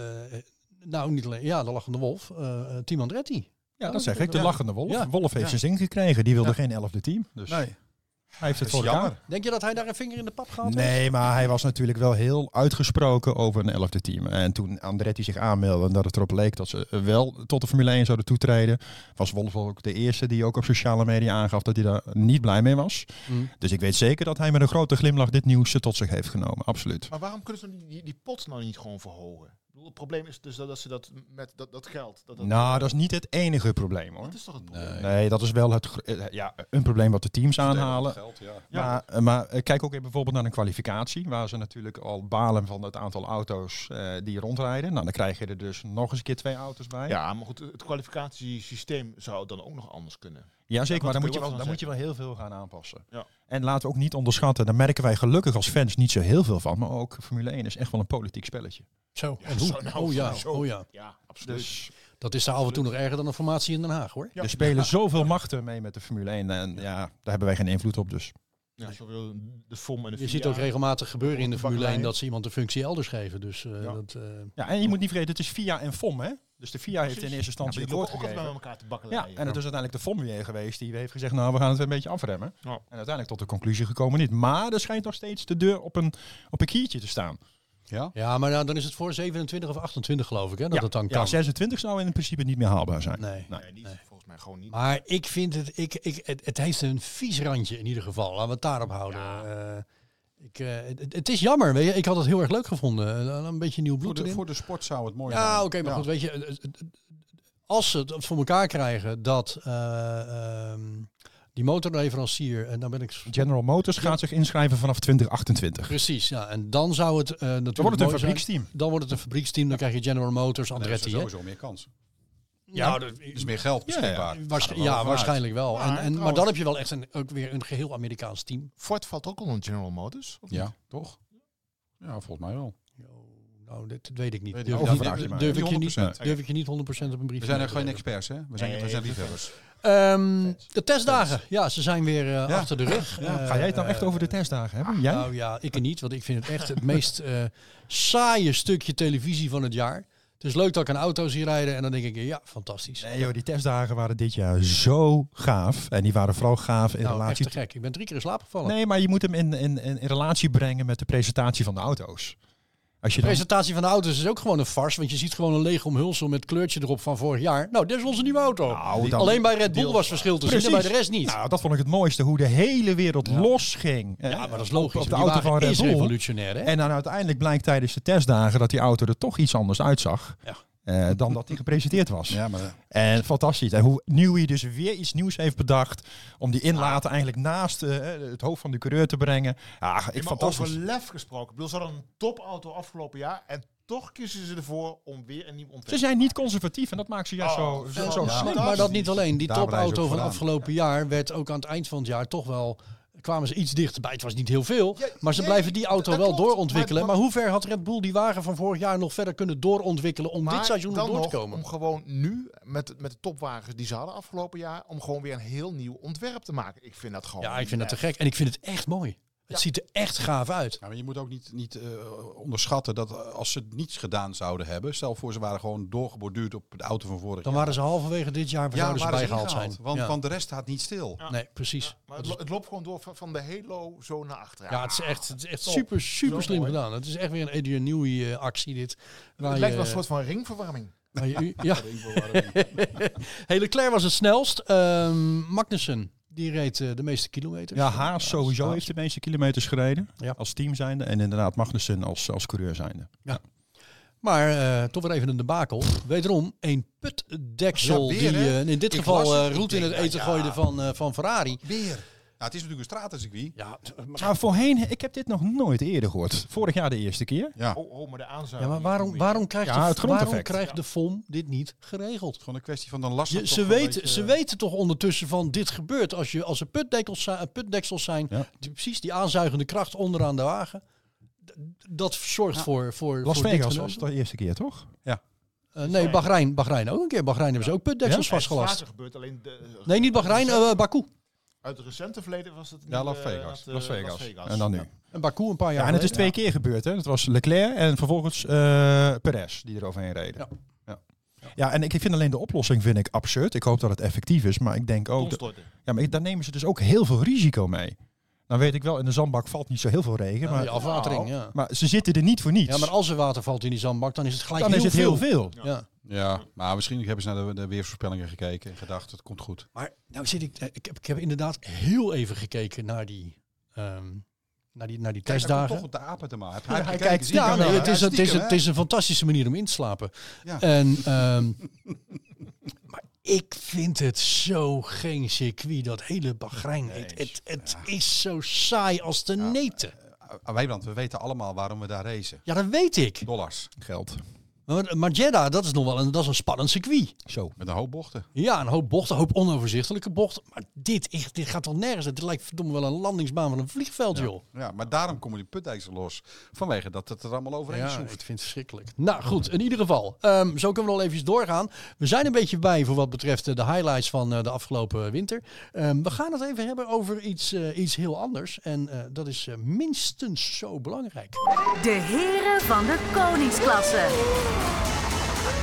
B: nou, niet alleen. Ja, de lachende wolf. eh eh, Team Andretti.
C: Ja, dat zeg ik. De
E: Ja.
C: lachende wolf.
B: Ja.
C: Wolf heeft
E: Ja.
C: zijn zin gekregen. Die wilde geen elfde team. Dus
E: Nee,
C: hij heeft het
E: dat
C: voor
E: is
C: elkaar.
E: jammer.
B: Denk je dat hij daar een vinger in de pap gaat?
C: Nee, maar hij was natuurlijk wel heel uitgesproken over een elfde team. En toen Andretti zich aanmeldde en dat het erop leek dat ze wel tot de Formule 1 zouden toetreden, was Wolf ook de eerste die ook op sociale media aangaf dat hij daar niet blij mee was.
B: Mm.
C: Dus ik weet zeker dat hij met een grote glimlach dit nieuws eh, tot zich heeft genomen. Absoluut.
D: Maar waarom kunnen ze nou die, die, die pot nou niet gewoon verhogen? Ik bedoel, het probleem is dus dat, dat ze dat met dat, dat geld... Dat, dat,
C: Nou, dat is niet het enige probleem hoor.
D: dat is toch het probleem?
C: Nee, dat is wel het, gro- eh, ja, een probleem wat de teams aanhalen.
E: Geld, ja.
D: Ja.
C: Maar, maar eh, kijk ook even bijvoorbeeld naar een kwalificatie, waar ze natuurlijk al balen van het aantal auto's eh, die rondrijden. Nou, dan krijg je er dus nog eens een keer twee auto's bij.
D: Ja, maar goed, het kwalificatiesysteem zou dan ook nog anders kunnen.
C: Ja, zeker.
D: Ja,
C: maar
D: want
C: dan
D: kun
C: moet, je
D: je wat
C: wel,
D: gaan
C: dan moet je wel heel veel gaan aanpassen.
D: Ja.
C: En laten we ook niet onderschatten, daar merken wij gelukkig als fans niet zo heel veel van. Maar ook Formule 1 is echt wel een politiek spelletje.
B: Zo.
D: Ja,
B: en hoe?
D: zo, nou,
B: oh ja,
D: zo.
B: oh ja.
D: Ja, absoluut.
C: Dus
B: Dat is daar af en toe nog erger dan een formatie in Den Haag, hoor.
D: Ja.
C: er spelen zoveel machten mee met de Formule 1. En ja, daar hebben wij geen invloed op. Dus
D: Ja, zowel de FOM en de
B: Je
D: VIA.
B: ziet ook regelmatig gebeuren in de Formule 1
D: Bakkerij.
B: dat ze iemand een functie elders geven. Dus eh,
D: Ja.
B: dat... eh,
C: ja, en je moet niet vergeten, het is FIA en FOM, hè? Dus de FIA heeft in eerste
D: Ja, maar
C: instantie
D: die
C: het woord
D: lopen ook altijd
C: gegeven.
D: bij elkaar te bakken.
C: Ja, en het is uiteindelijk de FOM weer geweest die heeft gezegd, nou, we gaan het weer een beetje afremmen.
D: Ja.
C: En uiteindelijk tot de conclusie gekomen niet. Maar er schijnt nog steeds de deur op een, op een kiertje te staan.
E: Ja?
B: ja, maar nou, dan is het voor 27 of 28, geloof ik, hè, dat
C: ja,
B: dat dan
C: ja,
B: kan.
C: 26 zou in principe niet meer haalbaar zijn.
B: nee.
D: Nee, die is volgens mij gewoon niet.
B: Maar ik vind het, ik, ik, het, het heeft een vies randje in ieder geval. Laten we het daarop houden. Eh, ik, eh, het, het is jammer, weet je. Ik had het heel erg leuk gevonden. Een, een beetje nieuw
E: Voor
B: bloed
E: de,
B: erin.
E: voor de sport zou het mooi zijn.
B: Ja, oké, maar goed, weet je, het- het- het- als ze het voor elkaar krijgen dat eh, ehm, die motorleverancier, en dan ben ik
C: General Motors gaat zich inschrijven vanaf 2028.
B: precies, ja, en dan zou het eh natuurlijk
C: Dan wordt het een
B: mooi zijn.
C: fabrieksteam.
B: Dan wordt het een fabrieksteam, dan krijg je General Motors,
E: Dan hebben ze
B: Andretti. hè?
E: sowieso meer kans.
B: Nou, dat-
E: Dus meer geld
C: Ja, ja.
E: beschikbaar.
B: waarsch-
E: Gaat er wel
B: ja,
E: vanuit.
B: waarschijnlijk wel.
D: Maar
B: en, en, maar
D: trouwens-
B: dan heb je wel echt een, ook weer een geheel Amerikaans team.
D: Ford valt ook onder General Motors. of niet?
E: Ja, toch? Ja, volgens mij wel.
B: Nou, dit weet ik niet. Durf,
E: Weet ik niet.
B: durf-
C: Overvraag je maar.
B: durf ik je niet,
E: 100%.
B: durf ik je niet 100% op een brief
E: We zijn
B: te
E: er geen
B: leggen.
E: experts, hè? We zijn,
D: Nee,
E: we zijn
D: we zijn
E: liefhebbers.
B: Ehm, de testdagen, ja, ze zijn weer eh,
E: Ja.
B: achter de rug. Eh,
C: Ga jij het nou echt over de testdagen hebben? Jij?
B: Nou ja, ik niet, want ik vind het echt het meest eh, saaie stukje televisie van het jaar. Het is leuk dat ik een auto zie rijden en dan denk ik, ja, fantastisch.
C: Nee joh, die testdagen waren dit jaar zo gaaf. En die waren vooral gaaf in
B: nou, echt
C: relatie...
B: te gek. Ik ben drie keer in slaap gevallen.
C: Nee, maar je moet hem in, in, in, in relatie brengen met de presentatie van de auto's. Als je
B: De
C: dan-
B: presentatie van de auto's is ook gewoon een farce, want je ziet gewoon een leeg omhulsel met kleurtje erop van vorig jaar. Nou, dit is onze nieuwe auto.
C: Nou, dan-
B: Alleen bij Red Bull was verschil te zien en bij de
C: Precies.
B: rest niet.
C: Nou, dat vond ik het mooiste, hoe de hele wereld losging. eh,
B: ja, maar dat is logisch.
C: Op de
B: want die
C: auto van
B: wagen
C: Red
B: is
C: Bull.
B: revolutionair, hè?
C: En dan uiteindelijk blijkt tijdens de testdagen dat die auto er toch iets anders uitzag.
B: Ja.
C: eh, dan dat die gepresenteerd was.
E: Ja, maar
C: En fantastisch. En hoe Newey dus weer iets nieuws heeft bedacht. Om die inlaten eigenlijk naast eh, het hoofd van de coureur te brengen. Ah, ik
D: Nee, maar
C: fantastisch.
D: Over lef gesproken. Ik bedoel, ze hadden een topauto afgelopen jaar en Toch kiezen ze ervoor om weer een nieuw
C: Ze
D: ontwerp.
C: zijn niet conservatief en dat maakt ze juist
D: Oh,
C: zo, zo,
D: ja.
C: zo
D: Ja.
C: slim.
D: Fantastisch.
B: Maar dat niet alleen. Die
E: Daar hebben wij ze
B: topauto
E: ook
B: van
E: gedaan.
B: afgelopen jaar werd ook aan het eind van het jaar toch wel... kwamen ze iets dichterbij. Het was niet heel veel.
E: Ja,
B: Maar ze
E: nee,
B: blijven die auto
E: dat
B: wel
E: klopt.
B: doorontwikkelen.
E: Maar-
B: Maar
E: maar-
B: hoe ver had Red Bull die wagen van vorig jaar nog verder kunnen doorontwikkelen... om dit seizoen
D: dan
B: nog door te
D: nog Oh,
B: komen?
D: om gewoon nu, met, met de topwagens die ze hadden afgelopen jaar, om gewoon weer een heel nieuw ontwerp te maken. Ik vind dat gewoon...
B: Ja, ik vind dat te gek. En ik vind het echt mooi. Het
D: Ja.
B: ziet er echt gaaf uit.
E: Ja, maar je moet ook niet, niet eh, onderschatten dat eh, als ze niets gedaan zouden hebben, stel voor ze waren gewoon doorgeborduurd op de auto van vorig
B: Dan
E: jaar.
B: waren ze halverwege dit jaar
E: ja,
B: zouden ze
E: waren
B: bijgehaald
E: ingehaald,
B: zijn.
E: Want,
B: ja.
E: want de rest staat niet stil.
B: Nee, precies.
D: Maar het, lo- het loopt gewoon door van, van de halo zo naar achteren.
B: Ja, het is echt, het is echt
D: top.
B: super, super
D: Zo
B: slim
D: mooi.
B: gedaan. Het is echt weer een Adrian Newey eh, actie dit. Waar
D: het
B: je-
D: lijkt wel een soort van ringverwarming.
B: waar je- ja. hey, Leclerc was het snelst. Ehm, Magnussen, die reed eh, de meeste kilometers.
C: Ja, Haas sowieso heeft de meeste kilometers gereden.
B: Ja.
C: Als team zijnde. En inderdaad Magnussen als, als coureur zijnde.
B: Maar eh, toch weer even een debakel. Wederom een putdeksel
E: Ja, weer,
B: die
E: hè?
B: eh, in dit
E: Ik
B: geval
E: las het.
B: eh,
E: Ik
B: roet in het
E: denk, ja,
B: eten
E: ja.
B: gooide van, eh, van Ferrari.
E: Weer. Ja, het is natuurlijk een stratencircuit.
B: Ja,
C: Maar voorheen, ik heb dit nog nooit eerder gehoord. Vorig jaar de eerste keer.
E: Ja,
D: Oh, oh, maar de
B: ja
D: aanzuiging.
B: maar waarom, waarom krijgt,
C: Ja, het
B: de, waarom
C: grondeffect.
B: krijgt de FOM dit niet geregeld?
E: gewoon een kwestie van dan last.
B: Je-
E: dat
B: ze,
E: toch wel een
B: weten,
E: beetje-
B: ze weten toch ondertussen van dit gebeurt als, je, als er putdekkels zi- eh, putdeksels zijn,
C: Ja.
B: die, precies die aanzuigende kracht onderaan de wagen. D- Dat zorgt voor, voor.
C: Las
B: voor dit
C: Vegas was
B: geneuzel.
C: de eerste keer, toch?
B: Eh, nee, Bahrein, Bahrein ook een keer. Bahrein hebben ze ook putdeksels
C: Ja?
D: Het is
B: vastgelast.
D: vaker gebeurd, alleen de,
B: Nee, niet Bahrein, eh Baku.
D: uit het recente verleden was het...
E: Ja,
D: niet,
E: Las
D: eh,
E: Vegas.
D: dat, eh,
C: Las Vegas. En dan nu. Ja,
B: En Baku een paar jaar.
C: en het is
B: geleden.
C: twee keer gebeurd. Hè. Dat was Leclerc en vervolgens eh, Perez die eroverheen reden. Ja. Ja. en ik vind alleen de oplossing vind ik absurd. Ik hoop dat het effectief is, maar ik denk ook... dat-
D: Tonstorten.
C: Ja, maar ik- daar nemen ze dus ook heel veel risico mee. Dan weet ik wel, in de zandbak valt niet zo heel veel regen.
B: Ja,
C: maar,
B: die afwatering, ja.
C: maar ze zitten er niet voor niets.
B: Ja, maar als er water valt in die zandbak, dan is het gelijk
C: dan
B: heel
C: is het
B: veel.
C: heel veel.
B: Ja.
E: Ja, maar misschien hebben ze naar de, de weersvoorspellingen gekeken en gedacht, het komt goed.
B: Maar nou zit ik, eh, ik, heb, ik heb inderdaad heel even gekeken naar die, ehm, naar die, naar die
E: Kijk, daar komt
B: testdagen.
E: toch op de apen te maken.
C: hij
E: gekeken,
C: kijkt
E: zie je
B: Ja,
E: wel,
B: nee,
E: hè?
B: het, is, het, is,
E: Stiekem,
B: het is een fantastische manier om in te slapen.
E: Ja.
B: En, ehm, maar ik vind het zo geen circuit, dat hele Bahrein. Het, het, het is zo saai als de neten.
E: hè? Ah, Wijnand, we weten allemaal waarom we daar racen.
B: Ja, dat weet ik.
E: Dollars.
C: Geld.
B: Maar, maar Jeddah, dat is nog wel een, dat is een spannend circuit.
C: Zo.
E: Met een hoop bochten.
B: Ja, een hoop bochten, een hoop onoverzichtelijke bochten. Maar dit, echt, dit gaat toch nergens. Dit lijkt verdomme wel een landingsbaan van een vliegveld, joh.
E: Ja, maar daarom komen die putdijksen los. Vanwege dat het er allemaal overheen
B: Ja, ik
E: soeft.
B: vind het verschrikkelijk. Nou goed, in ieder geval. ehm, zo kunnen we nog even doorgaan. We zijn een beetje bij voor wat betreft eh, de highlights van eh, de afgelopen winter. Ehm, we gaan het even hebben over iets, eh, iets heel anders. En eh, dat is eh, minstens zo belangrijk.
F: De heren van de koningsklasse.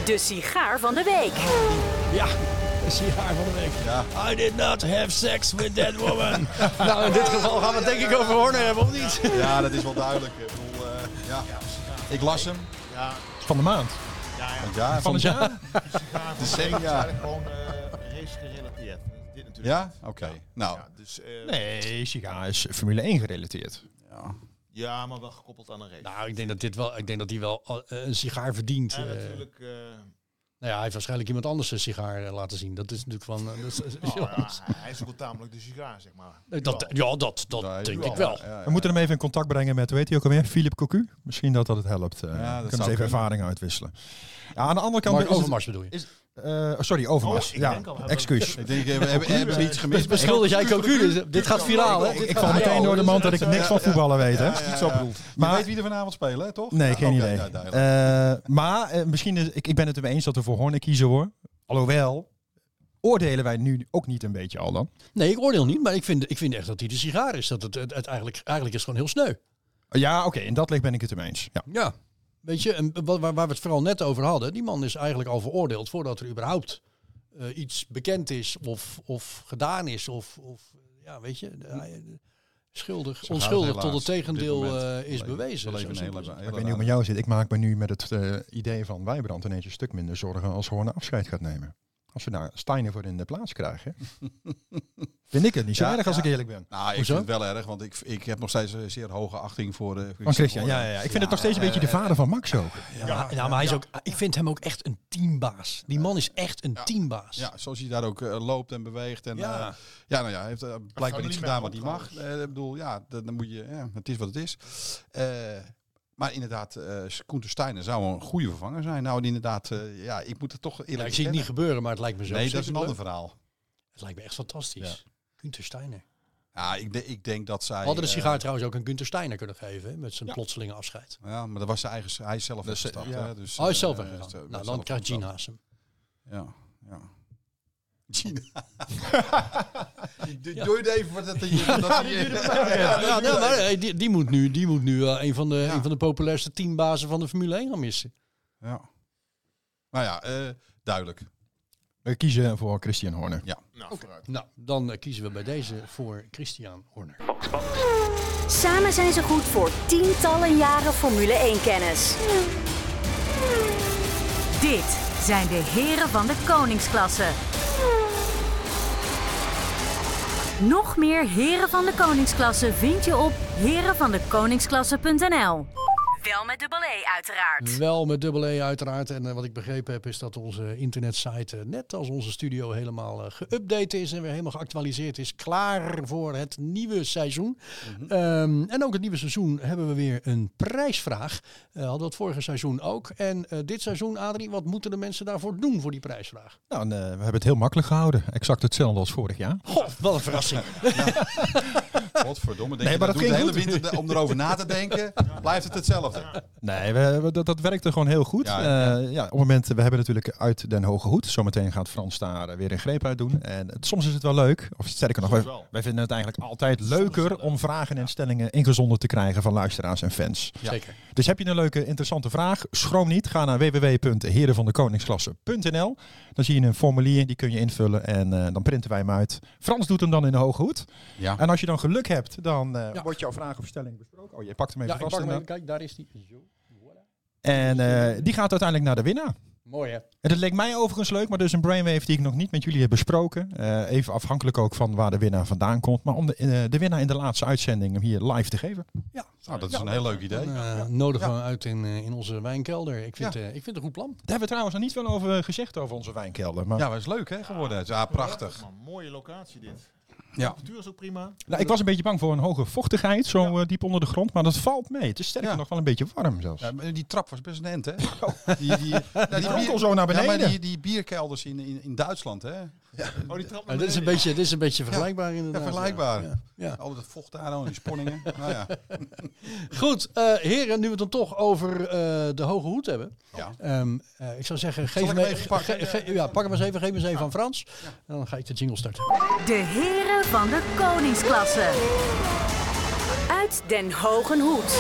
F: De sigaar van de week.
B: Ja, is hier haar van de week. I did not have sex with that woman. nou, in dit geval gaan we het denk ik over Horner hebben, of niet?
E: Ja, dat is wel duidelijk. Ik, bedoel, eh, ja. ik las hem.
C: Van de maand.
E: Want ja,
C: Van het jaar.
D: Ja,
E: de
D: de
E: zin, ja.
D: gewoon eh, race gerelateerd. Dus Dit natuurlijk.
E: Ja? Oké. Nou,
D: Ja, dus, eh,
C: Nee, Siga is Formule 1 gerelateerd.
D: ja, maar wel gekoppeld aan een race.
B: Nou, ik denk dat dit wel, ik denk dat hij wel eh, een sigaar verdient.
D: en
B: eh.
D: natuurlijk... eh,
B: nou ja, hij heeft waarschijnlijk iemand anders een sigaar eh, laten zien. Dat is natuurlijk van. eh, dat is- dat is
D: nou,
B: heel
D: ja,
B: anders.
D: hij is ook wel tamelijk de sigaar, zeg maar.
B: Nee, dat, ja, dat, dat
E: ja,
B: denk
E: ja,
B: ik wel.
E: ja, ja.
C: We moeten hem even in contact brengen met, weet je ook alweer, Philip Cocu. Misschien dat dat het helpt. Eh
E: dat
C: kunnen ze
E: zou
C: even
E: kunnen.
C: ervaring uitwisselen. Ja, aan de andere kant...
B: Mark
C: is het-
B: Overmars bedoel je.
C: Is, eh, sorry, Overmars.
D: Oh, ik
C: ja,
D: denk al, we hebben-
C: excuus.
E: Ik denk, eh, we hebben, hebben we iets gemist.
B: Beschuldig jij Cocu? Dit gaat viraal, hè?
C: Ik val meteen door de mand dat ik niks van voetballen weet. Hè?
E: ja, ja. Maar je
C: Maar
E: weet wie er vanavond spelen, hè, toch?
C: Nee,
E: Ja,
C: geen
E: oké,
C: idee.
E: ja, duidelijk.
C: Eh, maar eh, misschien, is, ik, ik ben het ermee eens dat we voor Horner kiezen hoor. Alhoewel, oordelen wij nu ook niet een beetje al dan?
B: Nee, ik oordeel niet, maar ik vind, ik vind echt dat hij de sigaar is. Dat het, het, het eigenlijk, eigenlijk is het gewoon heel sneu.
C: Ja, oké, in dat licht ben ik het ermee eens. Ja.
B: Ja. Weet je, en wa- waar, waar we het vooral net over hadden, die man is eigenlijk al veroordeeld voordat er überhaupt eh, iets bekend is of, of gedaan is. Of, of ja, weet je, hij- schuldig,
E: het
B: onschuldig tot
E: helaas
B: het
E: op dit
B: tegendeel
E: moment.
B: eh, is
E: We
B: bewezen.
E: leven
B: Zo
E: een
B: simpel
E: hele-
B: is het.
E: hele
C: Maar ik weet niet hoe het met jou zit. Ik maak me nu met het eh, idee van Wijbrand ineens een stuk minder zorgen als Horner afscheid gaat nemen. Als we daar Steiner voor in de plaats krijgen. vind ik het niet zo
E: Ja,
C: erg als
E: ja.
C: ik eerlijk ben.
E: Nou, ik
B: Hoezo?
E: vind het wel erg, want ik, ik heb nog steeds een zeer hoge achting voor... eh,
C: Van Christian, ja, ja, ja. Ik vind het nog steeds een beetje de vader van Max ook.
B: Ja, maar- ja, maar hij is ook, ik vind hem ook echt een teambaas. Die man is echt een teambaas.
E: Ja, zoals hij daar ook eh, loopt en beweegt. En,
B: Ja.
E: ja. ja, nou ja, hij heeft eh, blijkbaar
D: niet
E: iets
D: meer
E: gedaan wat hij
D: om,
E: mag. Eh, ik bedoel, ja, dan, dan moet je... Ja, het is wat het is. Eh, Maar inderdaad, eh Koenter Steiner zou een goede vervanger zijn. Nou, en inderdaad, eh, ja, ik moet het toch
B: Ja,
E: eerlijk
B: ik zie het niet gebeuren, maar het lijkt me zo.
E: Nee, dat is een
B: ontzettend
E: ander
B: leuk.
E: verhaal.
B: Het lijkt me echt fantastisch. Günter Steiner.
E: Ja, ik, de- ik denk dat zij...
B: We hadden de
E: eh,
B: sigaar trouwens ook aan Günter Steiner kunnen geven. hè, Met zijn
E: Ja.
B: plotselinge afscheid.
E: ja, maar dat was zijn eigen, hij is zelf
C: Dat is-
E: gestart.
C: ja.
E: hè, dus,
B: Oh, hij is
E: eh,
B: zelf
E: hij is
B: weggegaan.
E: zelf
B: Nou, dan krijgt
E: gestart.
B: Gina hem.
E: Ja, ja. Gina.
B: Ja.
E: Doe je het even voor dat je... dat je-
B: Ja, nou, nou, maar hey, die, die moet nu, die moet nu eh, een, van de,
E: Ja.
B: een van de populairste teambazen van de Formule 1 gaan missen.
E: Ja. Nou ja, eh, duidelijk.
C: We kiezen voor Christian Horner.
D: Nou, vooruit.
B: Nou, dan eh, kiezen we bij deze voor Christian Horner.
F: Samen zijn ze goed voor tientallen jaren Formule 1-kennis. Dit zijn de heren van de koningsklasse. Nog meer heren van de koningsklasse vind je op herenvandekoningsklasse.nl. Wel met dubbel E uiteraard.
B: Wel met dubbel E uiteraard. En eh, wat ik begrepen heb is dat onze internetsite eh, net als onze studio helemaal eh, geüpdate is en weer helemaal geactualiseerd is. Klaar voor het nieuwe seizoen. Ehm, en ook het nieuwe seizoen hebben we weer een prijsvraag. Eh, hadden we het vorige seizoen ook. En eh, dit seizoen, Adrie, wat moeten de mensen daarvoor doen voor die prijsvraag?
C: Nou, en, eh, we hebben het heel makkelijk gehouden. Exact hetzelfde als vorig jaar.
B: Goh, wat een verrassing.
E: Godverdomme, denk
C: Nee,
E: je,
C: maar
E: dat
C: dat
E: doet de hele
C: ging
E: winter de- om erover na te denken. Blijft het hetzelfde.
C: Nee, we, hebben- dat, dat werkte gewoon heel goed.
E: Ja,
C: Ja, ja, op het moment, we hebben natuurlijk uit Den Hoge Hoed. Zometeen gaat Frans daar eh, weer een greep uit doen. En het- soms is het wel leuk, of sterker nog,
D: Soms
C: wij,
D: wel.
C: wij vinden het eigenlijk altijd leuker om vragen en stellingen ingezonden te krijgen van luisteraars en fans.
B: Zeker.
C: Dus heb je een leuke, interessante vraag? Schroom niet. Ga naar www.herenvandekoningsklasse.nl. Dan zie je een formulier, die kun je invullen en eh, dan printen wij hem uit. Frans doet hem dan in de hoge hoed.
E: Ja.
C: En als je dan geluk hebt, dan eh,
B: Ja.
C: wordt jouw vraag of stelling besproken. Oh, je pakt hem even
B: Ja, ik
C: vast.
B: pak hem even.
C: inderdaad.
B: Kijk, daar is die. Zo. Voilà.
C: En eh, die gaat uiteindelijk naar de winnaar.
B: Mooi hè?
C: En dat leek mij overigens leuk, maar dus een brainwave die ik nog niet met jullie heb besproken. Eh, even afhankelijk ook van waar de winnaar vandaan komt. Maar om de, eh, de winnaar in de laatste uitzending hem hier live te geven.
E: Nou, dat is een heel leuk idee.
B: Dan, eh, Nodigen we uit in, eh, in onze wijnkelder. Ik vind, eh, ik vind het een goed plan.
C: Daar hebben we trouwens nog niet veel over eh, gezegd over onze wijnkelder. Maar...
E: Ja, maar is leuk hè, geworden. Ja, prachtig.
D: Man, mooie locatie dit.
E: Ja.
D: Temperatuur is ook prima.
C: Nou, ik was een beetje bang voor een hoge vochtigheid, zo eh, diep onder de grond. Maar dat valt mee. Het is sterker
E: Ja.
C: nog wel een beetje warm zelfs.
E: Ja, maar die trap was best een end, hè? Die, die, nou, die
C: kronkelt
E: bier-
C: zo naar
E: Ja, maar
C: beneden.
E: die, die bierkelders in, in, in Duitsland, hè?
D: Oh, die trap naar
B: Eh, dit, is een
D: beneden.
B: beetje, dit is een beetje vergelijkbaar
E: Ja,
B: inderdaad.
E: vergelijkbaar.
B: Ja. Ja.
E: Al dat vocht daar, al die spanningen. nou ja.
B: Goed, eh, heren, nu we het dan toch over eh, de hoge hoed hebben.
E: Ja.
B: Ehm, eh, ik zou zeggen, geef
E: ik
B: me
E: hem even
B: ge-
E: pakken?
B: ge- ja, pak hem eens even, geef me eens even aan Frans. En dan ga ik de jingle starten.
F: De heren van de koningsklasse. Uit Den Hogen Hoed.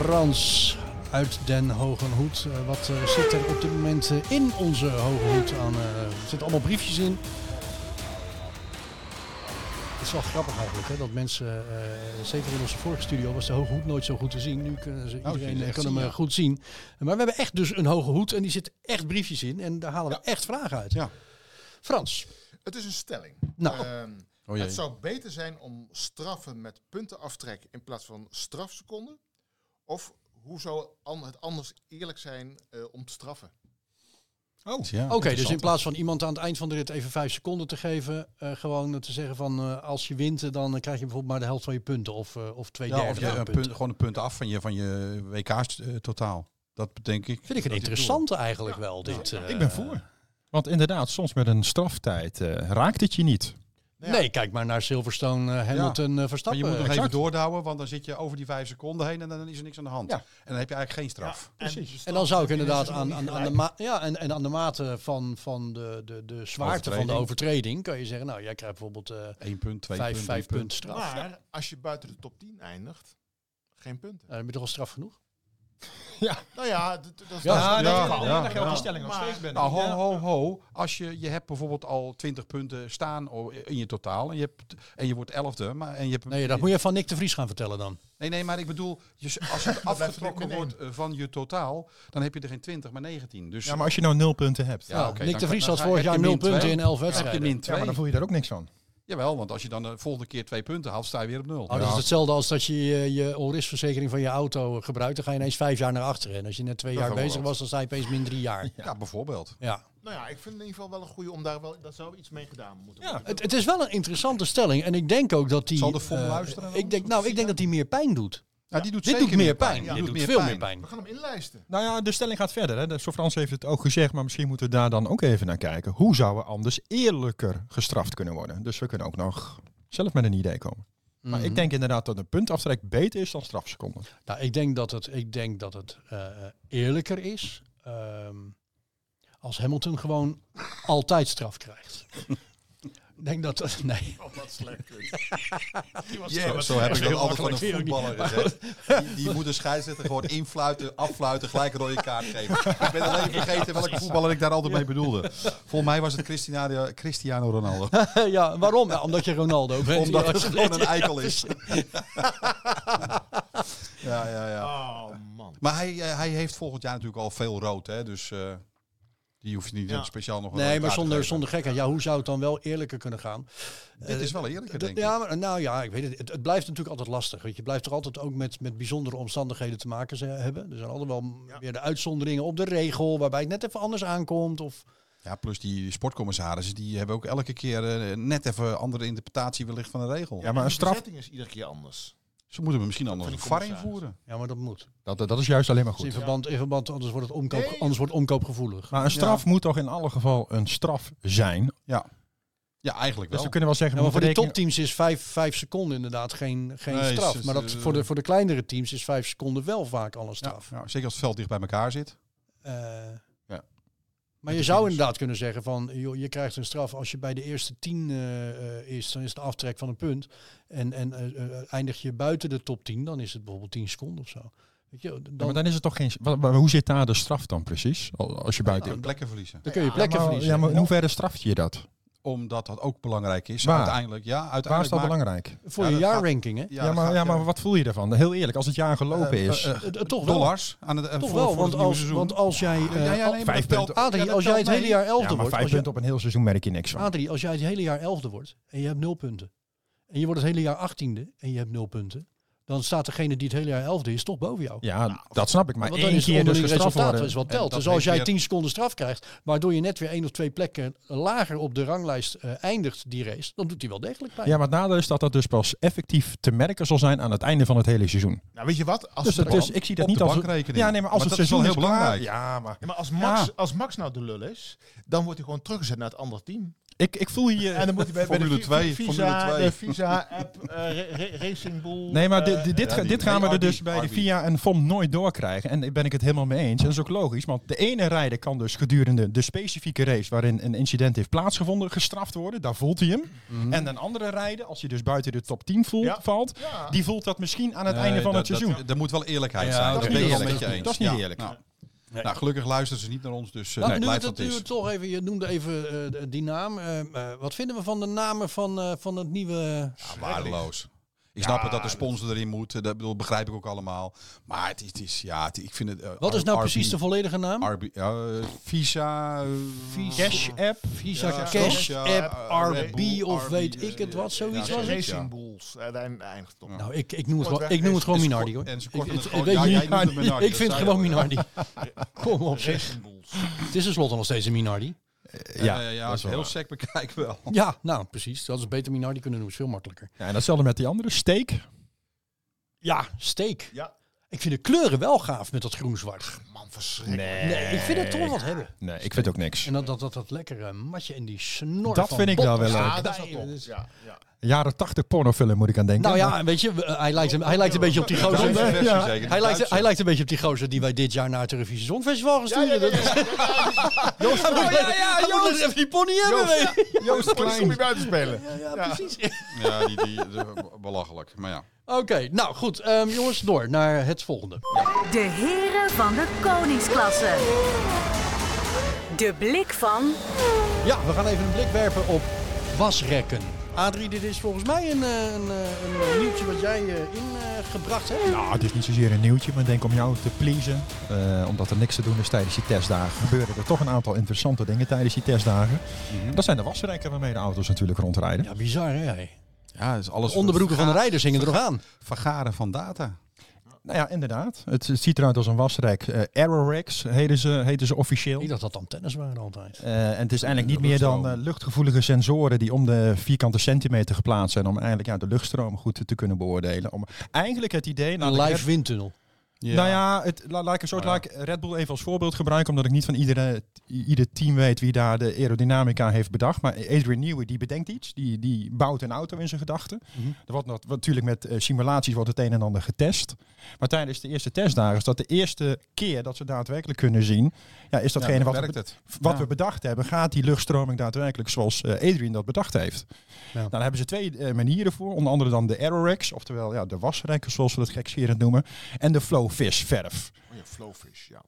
B: Frans uit Den Hogen Hoed. Eh, wat eh, zit er op dit moment eh, in onze Hoge Hoed aan? eh, er zitten allemaal briefjes in. Het is wel grappig eigenlijk, hè, dat mensen, eh, zeker in onze vorige studio, was de Hoge Hoed nooit zo goed te zien. Nu kunnen ze,
E: kun
B: iedereen
E: je
B: eh,
E: Oh, echt
B: kan
E: zien,
B: hem eh,
E: ja.
B: goed zien. Maar we hebben echt dus een Hoge Hoed en die zit echt briefjes in. En daar halen we echt vragen uit.
E: Ja.
B: Frans,
G: Het is een stelling.
B: Nou.
G: Ehm,
E: Oh
G: het zou beter zijn om straffen met puntenaftrek in plaats van strafseconden. Of hoe zou an- het anders eerlijk zijn eh, om te straffen?
C: Oh.
B: oké, dus in plaats van iemand aan het eind van de rit even vijf seconden te geven, eh, gewoon eh, te zeggen van eh, als je wint, eh, dan eh, krijg je bijvoorbeeld maar de helft van je punten of, eh, of twee
E: Ja,
B: derde
E: of
B: van
E: je,
B: je
E: een
B: punten.
E: punt, gewoon een punt af van je, van je WK's eh, totaal. Dat denk ik.
B: Vind ik een
E: dat dit
B: interessante eigenlijk wel, dit. eh,
C: Ik ben voor. Want inderdaad, soms met een straftijd eh, raakt het je niet.
B: Nee, kijk maar naar Silverstone, eh, Hamilton, eh,
E: Maar
B: Verstappen.
E: je moet nog even
B: Exact.
E: doordouwen, want dan zit je over die vijf seconden heen en dan is er niks aan de hand.
C: Ja.
E: En dan heb je eigenlijk geen straf. Dus
D: precies.
B: En dan zou ik inderdaad aan, aan, aan de, ma ja, en, en aan de mate van, van de, de, de zwaarte van de
E: Overtreding.
B: overtreding kan je zeggen, nou jij krijgt bijvoorbeeld eh
E: Eén punt, twee
B: vijf,
E: punt,
B: vijf
E: drie
B: punten straf. Nou,
D: Maar als je buiten de top 10 eindigt, geen punten.
B: dan heb je toch al straf genoeg?
D: Nou ja, dat, dat is
C: Ah,
E: Ja,
D: dat
E: ja,
D: kan.
E: ja,
D: Dan
E: ja.
D: Maar-
E: Nou, ho, ho, ho. Als je, je hebt bijvoorbeeld al 20 punten staan o- in je totaal. En je, hebt, en je wordt elfde. Maar, en je hebt,
B: Nee, dat moet je van Nick de Vries gaan vertellen dan.
E: nee, nee, maar ik bedoel, je- als het afgetrokken wordt eh, van je totaal, dan heb je er geen 20, maar 19. Dus
C: Ja, maar als je nou nul punten hebt,
E: Ja,
B: Nou,
E: oké,
B: Nick
E: dan-
B: de Vries
E: dan
B: had
E: ga-
B: vorig
E: heb
B: jaar
E: je
B: nul
E: min
B: punten
E: twee.
B: in elf
E: heb je
B: wedstrijden.
E: min
C: ja,
E: 2.
C: maar dan voel je daar ook niks van.
E: Jawel, want als je dan de volgende keer twee punten haalt, sta je weer op nul.
B: Oh, dat is hetzelfde als dat je je, je onrisverzekering van je auto gebruikt. Dan ga je ineens vijf jaar naar achteren. En als je net twee jaar bezig was, dan sta je opeens min drie jaar.
E: Ja, bijvoorbeeld.
B: Ja.
G: Nou ja, ik vind in ieder geval wel een goede om daar wel... Dat zou iets mee gedaan moeten worden.
B: Het, het is wel een interessante stelling. En ik denk ook dat die.
E: Zal de FOM
B: eh,
E: luisteren dan?
B: Ik denk, nou, ik denk dat die meer pijn doet.
E: Nou, die doet
B: Dit
E: zeker
B: doet meer pijn.
E: Ja,
B: Dit doet veel meer pijn.
G: We gaan hem inlijsten.
C: Nou ja, de stelling gaat verder. Hè. De Sir Frans heeft het ook gezegd, maar misschien moeten we daar dan ook even naar kijken. Hoe zouden we anders eerlijker gestraft kunnen worden? Dus we kunnen ook nog zelf met een idee komen. Maar
B: Mhm.
C: ik denk inderdaad dat een puntaftrek beter is dan strafseconden.
B: Nou, ik denk dat het, ik denk dat het eh, eerlijker is ehm, als Hamilton gewoon altijd straf krijgt. Ik denk dat dat. Nee.
G: Wat slecht.
E: Ja, zo heb ik
B: heel
E: dat altijd van een
B: makkelijk,
E: voetballer
B: weet
E: gezegd. Die, die moet de scheidsrechter gewoon influiten, affluiten, gelijk een rode kaart geven. Ik ben alleen vergeten welke voetballer ik daar altijd mee bedoelde. Volgens mij was het Cristiano, eh, Cristiano Ronaldo.
B: ja, waarom? Ja, omdat je Ronaldo bent.
E: Omdat
B: Ja,
E: het gewoon een eikel is. Ja, ja, ja.
G: Oh man.
E: Maar hij, eh, hij heeft volgend jaar natuurlijk al veel rood, hè? Dus eh, die hoef je niet
G: Ja.
E: speciaal nog een
B: Nee, maar
E: rode kaart te
B: zonder,
E: geven.
B: zonder gekheid. Ja, hoe zou het dan wel eerlijker kunnen gaan?
E: Dit is wel eerlijker, denk ik.
B: ja, maar, nou ja, ik weet het. Het, het blijft natuurlijk altijd lastig. Want je blijft toch altijd ook met, met bijzondere omstandigheden te maken ze- hebben. Er zijn altijd wel m- weer de uitzonderingen op de regel, waarbij het net even anders aankomt. Of,
E: Ja, plus die sportcommissarissen, die hebben ook elke keer eh, net even andere interpretatie wellicht van de regel.
C: Ja, maar een
G: De
C: straf,
G: setting is iedere keer anders.
E: Ze moeten hem misschien anders
G: Van
E: een
G: die
E: VAR
G: commissaris.
E: invoeren.
B: ja, maar dat moet.
C: dat, dat is juist alleen maar
B: Dus in
C: goed.
B: verband, in verband anders, wordt het omkoop,
G: Nee.
B: anders wordt omkoop gevoelig.
C: Maar een straf moet toch in alle geval een straf zijn.
E: Ja, eigenlijk
C: Dus
E: wel.
C: we kunnen wel zeggen,
B: Ja, Nou, maar voor die
C: we berekenen-
B: topteams is vijf, vijf seconden inderdaad geen, geen
E: Nee,
B: straf.
E: is- is-
B: maar dat, voor, de, voor de kleinere teams is vijf seconden wel vaak al een
E: ja,
B: straf.
E: ja, zeker als het veld dicht bij elkaar zit.
B: Eh,
E: Ja.
B: Maar je zou inderdaad kunnen zeggen van, joh, je krijgt een straf als je bij de eerste tien eh, eh, is, dan is het aftrek van een punt. En, en eh, eh, eindig je buiten de top 10, dan is het bijvoorbeeld 10 seconden of zo. Weet je, dan,
C: Ja, maar dan is het toch geen... wa- wa- hoe zit daar de straf dan precies? Al- Als je buiten...
E: En plekken verliezen.
B: dan kun je plekken
C: Ja, maar-
B: nou, verliezen.
C: Ja, maar in hoeverre straf je dat?
E: Omdat dat ook belangrijk is.
C: Waar?
E: Uiteindelijk, ja.
C: Waar is
E: Uiteindelijk
C: dat
E: maakt-
C: belangrijk?
B: Voor
E: Ja,
B: je
E: dat gaat-
B: jaarranking, hè?
E: Ja,
C: Ja, maar,
E: gaat-
C: ja, maar wat voel je ervan? Heel eerlijk, als het jaar gelopen
E: eh,
C: is...
E: eh,
B: Eh, eh, toch wel.
E: dollars aan het, eh,
B: Toch
E: voor,
B: wel,
E: voor
B: want
E: het nieuwe
B: als,
E: seizoen.
B: want als jij...
E: Ja, ja,
B: eh,
E: ja, nee, maar
C: Oh, vijf
E: dat telt-
C: punten.
E: ja,
B: Adrie,
E: dat
B: als jij
E: telt
B: het hele
E: mee.
B: jaar
C: ja,
B: elfde
C: maar
B: wordt...
C: vijf
B: als Nou, jij-
C: punten op een heel seizoen merk je niks van.
B: Adrie, als jij het hele jaar elfde wordt en je hebt nul punten. En je wordt het hele jaar achttiende en je hebt nul punten. Dan staat degene die het hele jaar elfde is toch boven jou.
C: Ja, dat snap ik. Maar
B: Want dan
C: één
B: is het
C: keer
B: onderling
C: dus gestraft
B: resultaat
C: worden.
B: wel eens wat
E: En
B: telt.
E: dat
B: Dus als
E: weet
B: jij
E: je-
B: 10 seconden straf krijgt, waardoor je net weer één of twee plekken lager op de ranglijst eh, eindigt die race, dan doet hij wel degelijk pijn.
C: Ja, maar het nadeel is dat dat dus pas effectief te merken zal zijn aan het einde van het hele seizoen.
G: Nou, weet je wat? Als
C: Dus
G: het
C: dat is, ik zie dat
E: op
C: niet
E: de
C: als...
E: bankrekening.
C: Ja, nee, maar als
E: Maar
C: het
E: dat is wel
C: seizoen
E: heel
C: is klaar-
E: belangrijk.
C: Ja, maar
G: Ja, maar als Max,
C: Ja.
G: als Max nou de lul is, dan wordt hij gewoon teruggezet naar het andere team.
C: ik, ik voel je...
G: En dan moet hij bij, bij
E: Formule
G: de vi-
E: 2,
G: Visa,
E: Formule 2.
G: de Visa-app, eh, ra- ra- Racing Bull.
C: Nee, maar
G: eh,
C: dit, dit, dit,
E: ja,
C: ga-
E: die-
C: dit gaan we
E: nee,
C: er dus
E: RB.
C: bij de VIA en FOM nooit doorkrijgen. En daar ben ik het helemaal mee eens. En dat is ook logisch, want de ene rijder kan dus gedurende de specifieke race waarin een incident heeft plaatsgevonden, gestraft worden. Daar voelt hij hem. En een andere rijder, als hij dus buiten de top 10 voelt,
G: Ja.
C: valt,
G: Ja.
C: die voelt dat misschien aan het
E: Nee,
C: einde van
E: Eh, dat-
C: het seizoen.
E: Dat, er moet wel eerlijkheid
C: Ja,
E: zijn.
C: dat
E: Dat
C: is
E: ben ik
C: niet
E: wel
C: eerlijk.
E: met je eens.
C: Dat is niet
E: Ja,
C: eerlijk.
E: Nou, nou, gelukkig luisteren ze niet naar ons, dus eh,
B: Nou, nu we
E: blijft
B: het
E: wat
B: nu
E: het
B: we
E: is.
B: het toch even, je noemde even eh, die naam. Eh, eh, wat vinden we van de namen van, eh, van het nieuwe...
E: Ja, waardeloos. Ik snap het dat de sponsor erin moet. eh, Dat bedoel, begrijp ik ook allemaal. Maar het is, het is ja, het- ik vind het. eh,
B: Wat is nou
E: RB
B: precies de volledige naam?
E: RB, ja, eh, Visa, eh,
C: Cash app.
B: Visa
E: Ja,
B: Cash,
E: ja,
B: App,
E: eh,
B: RB
E: Red Bull,
B: of
E: RB,
B: weet
E: eh,
B: ik het wat, zoiets
E: ja,
B: was het.
E: zeker.
G: Racing Bulls. eh, daar eindigt het op.
B: Nou, ik, ik noem het,
G: Kort
B: gewoon-
G: weg,
B: ik noem het gewoon
E: is- is
B: Minardi hoor.
E: kort- en ze
B: Ik-
E: korten
B: het-
E: het gewoon-
B: weet
E: ja,
B: je-
E: jij noemde hem Minardi,
B: Ik vind
E: dat
B: het
E: zei
B: gewoon
E: je al, ja.
B: Minardi. Kom op zeg.
G: Racing Bulls.
B: Het is tenslotte nog steeds een Minardi.
E: eh,
C: Ja,
E: ja, ja,
C: dat
E: als
C: is
E: je
C: wel
E: heel
C: waar.
E: sec bekijk wel.
B: Ja, nou precies. Dat is beter Minardi kunnen doen. is veel makkelijker.
C: Ja, en datzelfde met die andere, steek.
B: Ja, steek.
G: Ja.
B: Ik vind de kleuren wel gaaf met dat groen-zwart.
G: Man, verschrikkelijk.
B: Nee, ik vind het toch wat hebben.
C: Nee, ik vind ook niks.
B: En dat, dat, dat, dat lekkere matje en die snor
C: Dat
B: van
C: vind ik
B: Bob.
C: nou wel leuk.
G: Ja, dat is wel
B: Partijen,
G: top.
B: dus-
G: Ja, ja.
C: Jaren 80 pornofilm moet ik aan denken.
B: Nou
C: Maar-
B: ja, weet je, eh, hij lijkt, een- hij lijkt een beetje op die
E: De
B: gozer.
E: Duitse
C: Ja.
E: versie zeker, de
B: Hij lijkt,
E: Duitse.
B: hij lijkt een beetje op die gozer die wij dit jaar naar het Eurovisie Songfestival gestuurd hebben. Joost, hij moet, hij moet nog even die pony hebben. weet je.
G: Joost Klein. Kom je buiten spelen.
B: Ja, precies.
E: Ja, die, die, de- belachelijk. Maar ja.
B: Oké, nou goed. ehm, jongens, door naar het volgende.
F: De heren van de koningsklasse. De blik van
B: Ja, we gaan even een blik werpen op wasrekken. Adrie, dit is volgens mij een, eh, een, eh, een nieuwtje wat jij eh, ingebracht hebt.
C: Nou, het is niet zozeer een nieuwtje, maar ik denk om jou te pleasen. eh, omdat er niks te doen is tijdens die testdagen. Gebeuren er toch een aantal interessante dingen tijdens die testdagen. Dat zijn de wasrekken waarmee de auto's natuurlijk rondrijden.
B: Mhm. Ja, bizar hè.
E: ja, is alles
B: Onderbroeken van de rijders hingen er nog aan.
E: Vergaren van data.
C: Nou ja, inderdaad. Het het ziet eruit als een wasrek. Eh Arrow racks heten ze, heten ze officieel.
B: Ik dacht dat antennes waren altijd.
C: Eh, en het is eigenlijk niet
E: De
C: meer dan
E: luchtstroom.
C: eh, luchtgevoelige sensoren die om de vierkante centimeter geplaatst zijn om eigenlijk ja, de luchtstroom goed te- te kunnen beoordelen. Om eigenlijk het idee.
B: Een
C: nou,
B: live
C: Red-
B: windtunnel.
C: Nou ja, het, la- laat ik een soort
E: Nou
C: laat ik Red Bull even als voorbeeld gebruiken, omdat ik niet van iedere, i- ieder team weet wie daar de aerodynamica heeft bedacht. Maar Adrian Newey die bedenkt iets, die, die bouwt een auto in zijn gedachten.
B: Mhm.
C: Er wordt nat- natuurlijk met eh, simulaties wordt het een en ander getest. Maar tijdens de eerste testdagen is dat de eerste keer dat ze daadwerkelijk kunnen zien, ja, is datgene wat, we-
E: werkt het.
C: wat
E: Ja.
C: we bedacht hebben, gaat die luchtstroming daadwerkelijk zoals eh, Adrian dat bedacht heeft. Nou, daar hebben ze twee eh, manieren voor. Onder andere dan de Aerorex, oftewel ja, de wasrekken zoals we dat gekscherend noemen. En de Flowfish verf.
G: Oh ja, Flowfish, ja.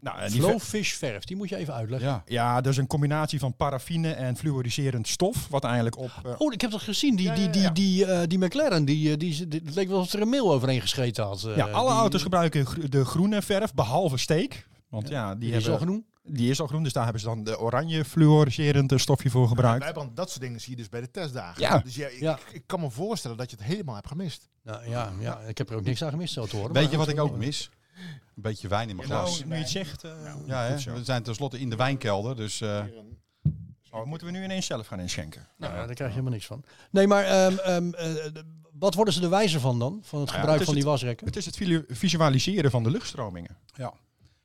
C: Nou, en die ver-
B: Flowfish verf, die moet je even uitleggen.
E: Ja.
C: ja, dat is een combinatie van paraffine en fluoriserend stof. Wat eigenlijk op... eh,
B: Oh, ik heb dat gezien. Die,
C: Ja,
B: die,
C: ja,
B: die,
C: ja.
B: die, eh, die McLaren, die, eh, die, die- het leek wel of er een mail overheen gescheten had. eh,
C: ja, alle
B: die-
C: auto's gebruiken gro- de groene verf, behalve steek. Want ja, die,
B: Die is
C: hebben,
B: al genoemd.
C: die is al groen, dus daar hebben ze dan de oranje fluoriserend eh, stofje voor gebruikt.
G: Wijbrand, dat soort dingen zie je dus bij de testdagen.
C: Ja.
G: Dus ja, ik,
B: Ja.
G: ik- ik kan me voorstellen dat je het helemaal hebt gemist.
B: Nou, ja, ja, ik heb er ook niks aan gemist, zo te horen.
E: Weet
B: maar-
E: je wat ik ook mis? Een beetje wijn in mijn glas.
C: Nou, nu je het zegt... eh,
E: Ja,
C: goed
E: hè?
C: zo.
E: we zijn tenslotte in de wijnkelder, dus eh,
C: Oh, moeten we nu ineens zelf gaan inschenken?
B: Nou, ja, daar krijg je helemaal niks van. Nee, maar ehm, ehm, eh, d- wat worden ze er wijzer van dan? Van het
C: Nou ja,
B: gebruik
C: het
B: van
C: is
B: die wasrekken?
C: Het is het vilu- visualiseren van de luchtstromingen.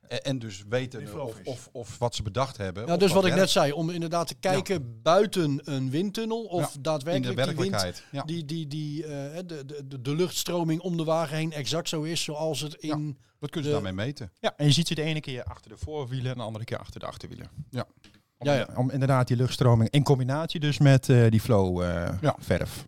E: en, en dus weten of, of, of wat ze bedacht hebben.
B: Ja,
E: of
B: dus
E: dat
B: wat ik net
E: werkt
B: zei, om inderdaad te kijken buiten een windtunnel of
E: in de
B: daadwerkelijk die wind
E: werkelijkheid. Ja.
B: die, die, die, eh, de, de, de- de luchtstroming om de wagen heen exact zo is zoals het in...
E: Dat kunnen ze
B: de-
E: daarmee meten.
C: Ja, en je ziet ze de ene keer achter de voorwielen en de andere keer achter de achterwielen.
E: Ja.
C: Om,
B: Ja, ja.
C: om inderdaad die luchtstroming in combinatie dus met eh, die flow eh,
E: Ja.
C: verf.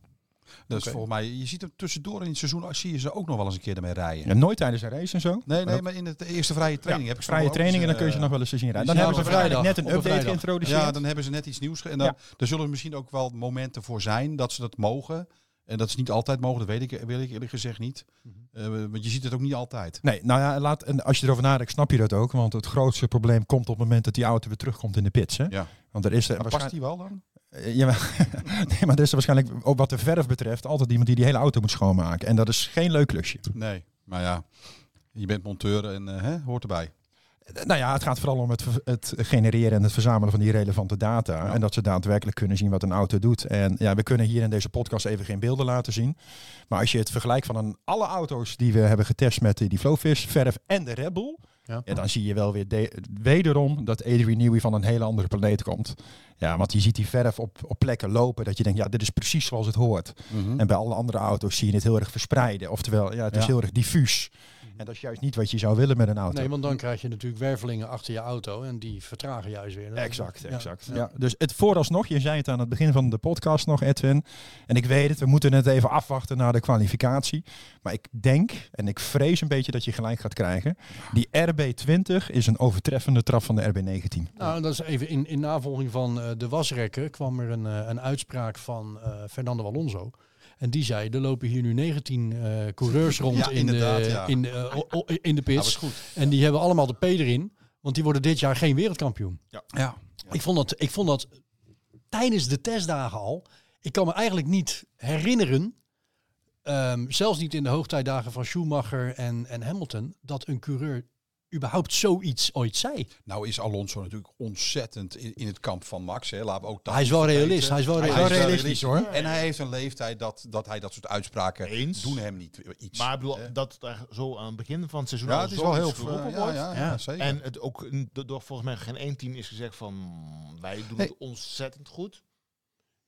E: Dus
C: Oké.
E: volgens mij, je ziet hem tussendoor in het seizoen, zie je ze ook nog wel eens een keer ermee rijden.
C: En nooit tijdens een race en zo.
E: Nee,
C: Maar
E: nee,
C: dat-
E: maar in het- de eerste vrije training heb ik
C: Vrije trainingen, dan kun je ze nog
E: wel. dus,
C: wel eens zien rijden. Dan
E: Ja,
C: hebben ze
E: op een
C: waarschijnlijk net
B: vrijdag.
C: een
B: Op een
C: update
B: vrijdag.
C: geïntroduceerd.
E: Ja, dan hebben ze net iets nieuws. ge- En dan,
C: Ja.
E: er zullen misschien ook wel momenten voor zijn dat ze dat mogen. En dat is niet altijd mogen, dat weet ik, weet ik eerlijk gezegd niet.
B: Mhm.
E: Eh, want je ziet het ook niet altijd.
C: Nee, nou ja, laat, en als je erover nadenkt, snap je dat ook. Want het grootste probleem komt op het moment dat die auto weer terugkomt in de pits. Hè?
E: Ja.
C: Want er is er
E: Maar
C: waarschijn-
E: past die wel dan?
C: Eh, Ja, maar, nee, maar er is er waarschijnlijk, ook wat de verf betreft, altijd iemand die die hele auto moet schoonmaken. En dat is geen leuk klusje.
E: Nee, maar ja, je bent monteur en eh, hè, hoort erbij.
C: Eh, Nou ja, het gaat vooral om het, ver- het genereren en het verzamelen van die relevante data. En dat ze daadwerkelijk kunnen zien wat een auto doet. En ja, we kunnen hier in deze podcast even geen beelden laten zien. Maar als je het vergelijkt van een, alle auto's die we hebben getest met eh, die Flowfish, verf en de Red Bull.
B: Ja.
C: Ja. dan zie je wel weer de- wederom dat Adrian Newey van een hele andere planeet komt. Ja, want je ziet die verf op, op plekken lopen dat je denkt, ja, dit is precies zoals het hoort.
B: Mhm.
E: Nou,
C: En bij alle andere auto's zie je het heel erg verspreiden. Oftewel, Hm. ja, Hm. het is
E: Ja.
C: heel erg diffuus. En dat is juist niet wat je zou willen met een auto.
B: Nee, want dan krijg je natuurlijk wervelingen achter je auto en die vertragen juist weer.
C: Exact,
B: Ja.
C: exact. Eh, Ja.
B: Ja.
C: dus het vooralsnog, je zei het aan het begin van de podcast nog, Edwin. En ik weet het, we moeten het even afwachten naar de kwalificatie. Maar ik denk en ik vrees een beetje dat je gelijk gaat krijgen. Die RB20 is een overtreffende trap van de RB19.
B: Nou, dat is even in, in navolging van eh, de wasrekken kwam er een, eh, een uitspraak van eh, Fernando Alonso. En die zei, er lopen hier nu 19 eh, coureurs rond
E: Ja,
B: in, de,
E: inderdaad, ja.
B: in, de, eh, o- o- in de
E: Dat
B: pits.
E: was goed.
B: en die hebben allemaal de P erin, want die worden dit jaar geen wereldkampioen.
E: Ja.
B: Ik vond dat, ik vond dat tijdens de testdagen al. Ik kan me eigenlijk niet herinneren, ehm, zelfs niet in de hoogtijdagen van Schumacher en, en Hamilton, dat een coureur überhaupt zoiets ooit zei.
E: Nou is Alonso natuurlijk ontzettend in, in het kamp van Max. Hè. Laten we ook dat
B: Hij is
E: niet
B: wel
E: vergeten.
B: realist, hij is wel
E: Hij
B: realist.
E: is wel
C: Realistisch, hoor.
E: En hij heeft een leeftijd dat, dat hij dat soort uitspraken
G: Eens.
E: doen hem niet iets.
G: Maar ik bedoel,
E: Hè.
G: dat daar zo aan het begin van het seizoen
E: ja,
G: al
E: het is
G: zo
E: wel
G: iets
E: heel veel.
G: geroepen
E: Ja,
G: wordt.
E: ja,
B: Ja.
E: ja, zeker.
G: En het ook n- do- door volgens mij geen één team is gezegd van wij doen het ontzettend goed.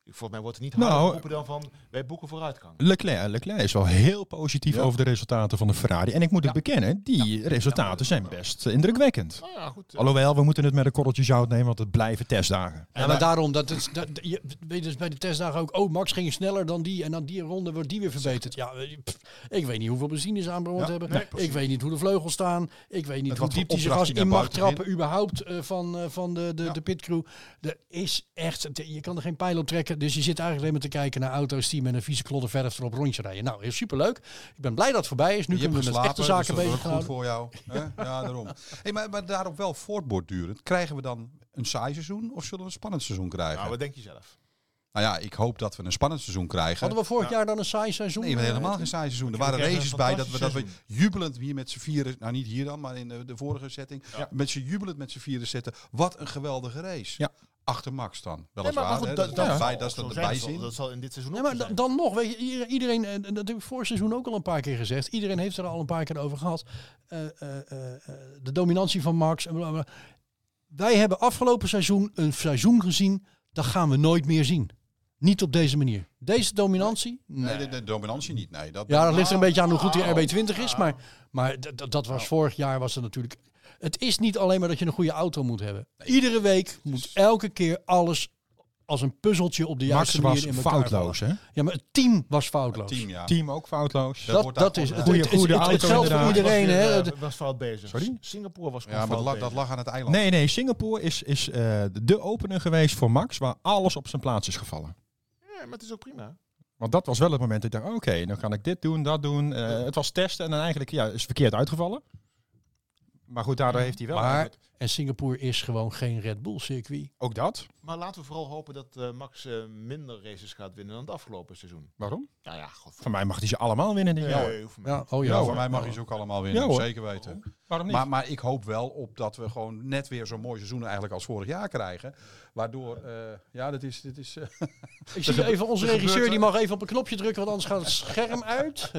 G: Volgens mij wordt er niet
C: Nou,
G: harder geroepen dan van wij boeken vooruitgang.
C: Leclerc, Leclerc is wel heel positief
E: Ja.
C: over de resultaten van de Ferrari. En ik moet het bekennen, die resultaten zijn best eh, indrukwekkend.
G: Nou ja, goed. eh,
C: Alhoewel, we moeten het met een korreltje zout nemen, want het blijven testdagen.
B: Ja, maar daarom, dat, is- dat, je, weet je, dus bij de testdagen ook, oh Max ging sneller dan die en dan die ronde wordt die weer verbeterd. Ja, eh, pff, ik weet niet hoeveel benzine ze aanbehoord
E: Ja,
B: hebben,
E: nee,
B: ik
E: precies.
B: weet niet hoe de vleugels staan, ik weet niet hoe
E: Met wat voor
B: diep die ze
E: opdracht
B: gas
E: die naar
B: in mag
E: buiten ging.
B: trappen überhaupt eh, van, eh, van de, de, de pitcrew. Er is echt, het- je kan er geen pijl op trekken, dus je zit eigenlijk alleen maar te kijken naar auto's die met een vieze klodder verf erop rondje rijden. Nou, heel superleuk. Ik ben blij dat het voorbij is, nu
E: je hebt
B: kunnen we met
E: geslapen,
B: echte zaken
E: dus dat is
B: bezig
E: ook
B: gaan.
E: goed voor jou. hè? Ja, daarom. Hey, maar, maar daarop wel voortborduren. Krijgen we dan een saai seizoen of zullen we een spannend seizoen krijgen?
G: Nou, wat denk je zelf?
E: Nou ja, ik hoop dat we een spannend seizoen krijgen.
B: Hadden we vorig jaar dan een saai seizoen?
E: Nee, we
B: eh,
E: hebben helemaal geen saai seizoen. Er
D: Want
E: waren
D: jullie
E: races bij
D: kregen
E: dat we,
D: een
E: dat we
D: fantastisch
E: jubelend hier met z'n vieren, nou niet hier dan, maar in de, de vorige setting,
D: Ja.
E: met z'n jubelend met z'n vieren zetten. Wat een geweldige race.
C: Ja.
E: Achter Max dan.
D: Nee, maar
E: Weliswaar,
D: maar goed,
E: hè,
D: dat,
E: dat,
D: dat
E: dat,
D: zal
E: wij- dat is
D: zo
E: dat
D: zijn.
E: erbij
D: Dat zal-
E: zien.
D: Dat zal in dit seizoen
B: Ja,
D: ook
B: maar
D: zo
B: da-
D: zijn.
B: dan nog, weet je, ieder- iedereen, eh, dat heb ik vorig seizoen ook al een paar keer gezegd, iedereen heeft er al een paar keer over gehad, Eh, eh, eh, eh, de dominantie van Max. En bla, bla. Wij hebben afgelopen seizoen een seizoen gezien, dat gaan we nooit meer zien. Niet op deze manier. Deze dominantie,
E: Nee, de, de dominantie niet. Nee, dat,
B: ja, dat ligt er een beetje aan hoe goed die
D: Nou,
B: RB20 is, maar, maar d- d- dat was vorig jaar was het natuurlijk... Het is niet alleen maar dat je een goede auto moet hebben. Iedere week moet elke keer alles als een puzzeltje op de
C: Max
B: juiste
C: was
B: manier in elkaar
C: foutloos,
B: vallen.
C: hè?
B: Ja, maar het team was foutloos.
E: team, ja.
C: Team ook foutloos.
E: Dat
B: Dat, dat,
E: wordt daar
B: is
E: gewoon-
B: het.
C: Goeie-
B: Het is-
C: goede
B: het- het
C: auto
B: geldt voor
C: inderdaad.
B: iedereen.
D: was,
B: Hè.
D: weer,
B: Het-
D: eh, was fout bezig.
C: Sorry?
D: Singapore was gewoon
E: Ja, maar dat
D: fout
E: lag,
D: bezig.
E: dat lag aan het eiland.
C: Nee, nee, Singapore is, is eh, de opener geweest voor Max, waar alles op zijn plaats is gevallen.
D: Ja, maar het is ook prima.
C: Want dat was wel het moment dat ik dacht, oké, dan kan ik dit doen, dat doen. Eh, het was testen en dan eigenlijk ja, is verkeerd uitgevallen. Maar goed, daardoor heeft hij wel
B: Maar,
C: eigenlijk
B: en Singapore is gewoon geen Red Bull circuit.
C: ook dat.
D: Maar laten we vooral hopen dat eh, Max eh, minder races gaat winnen dan het afgelopen seizoen.
C: Waarom?
D: Nou ja, god.
C: Van mij mag hij ze allemaal winnen dit jaar.
D: Nee, hoeft me
B: Ja,
D: niet.
B: oh ja.
E: Ja,
B: hoor.
E: voor mij mag je ze ook allemaal
C: Ja,
E: winnen.
C: hoor.
E: zeker weten.
C: Waarom niet?
E: Maar, maar ik hoop wel op dat we gewoon net weer zo'n mooi seizoen eigenlijk als vorig jaar krijgen. Waardoor, eh, ja, dat is... Dit is eh,
B: Ik zie even onze regisseur, die mag even op een knopje drukken, want anders gaat het scherm uit.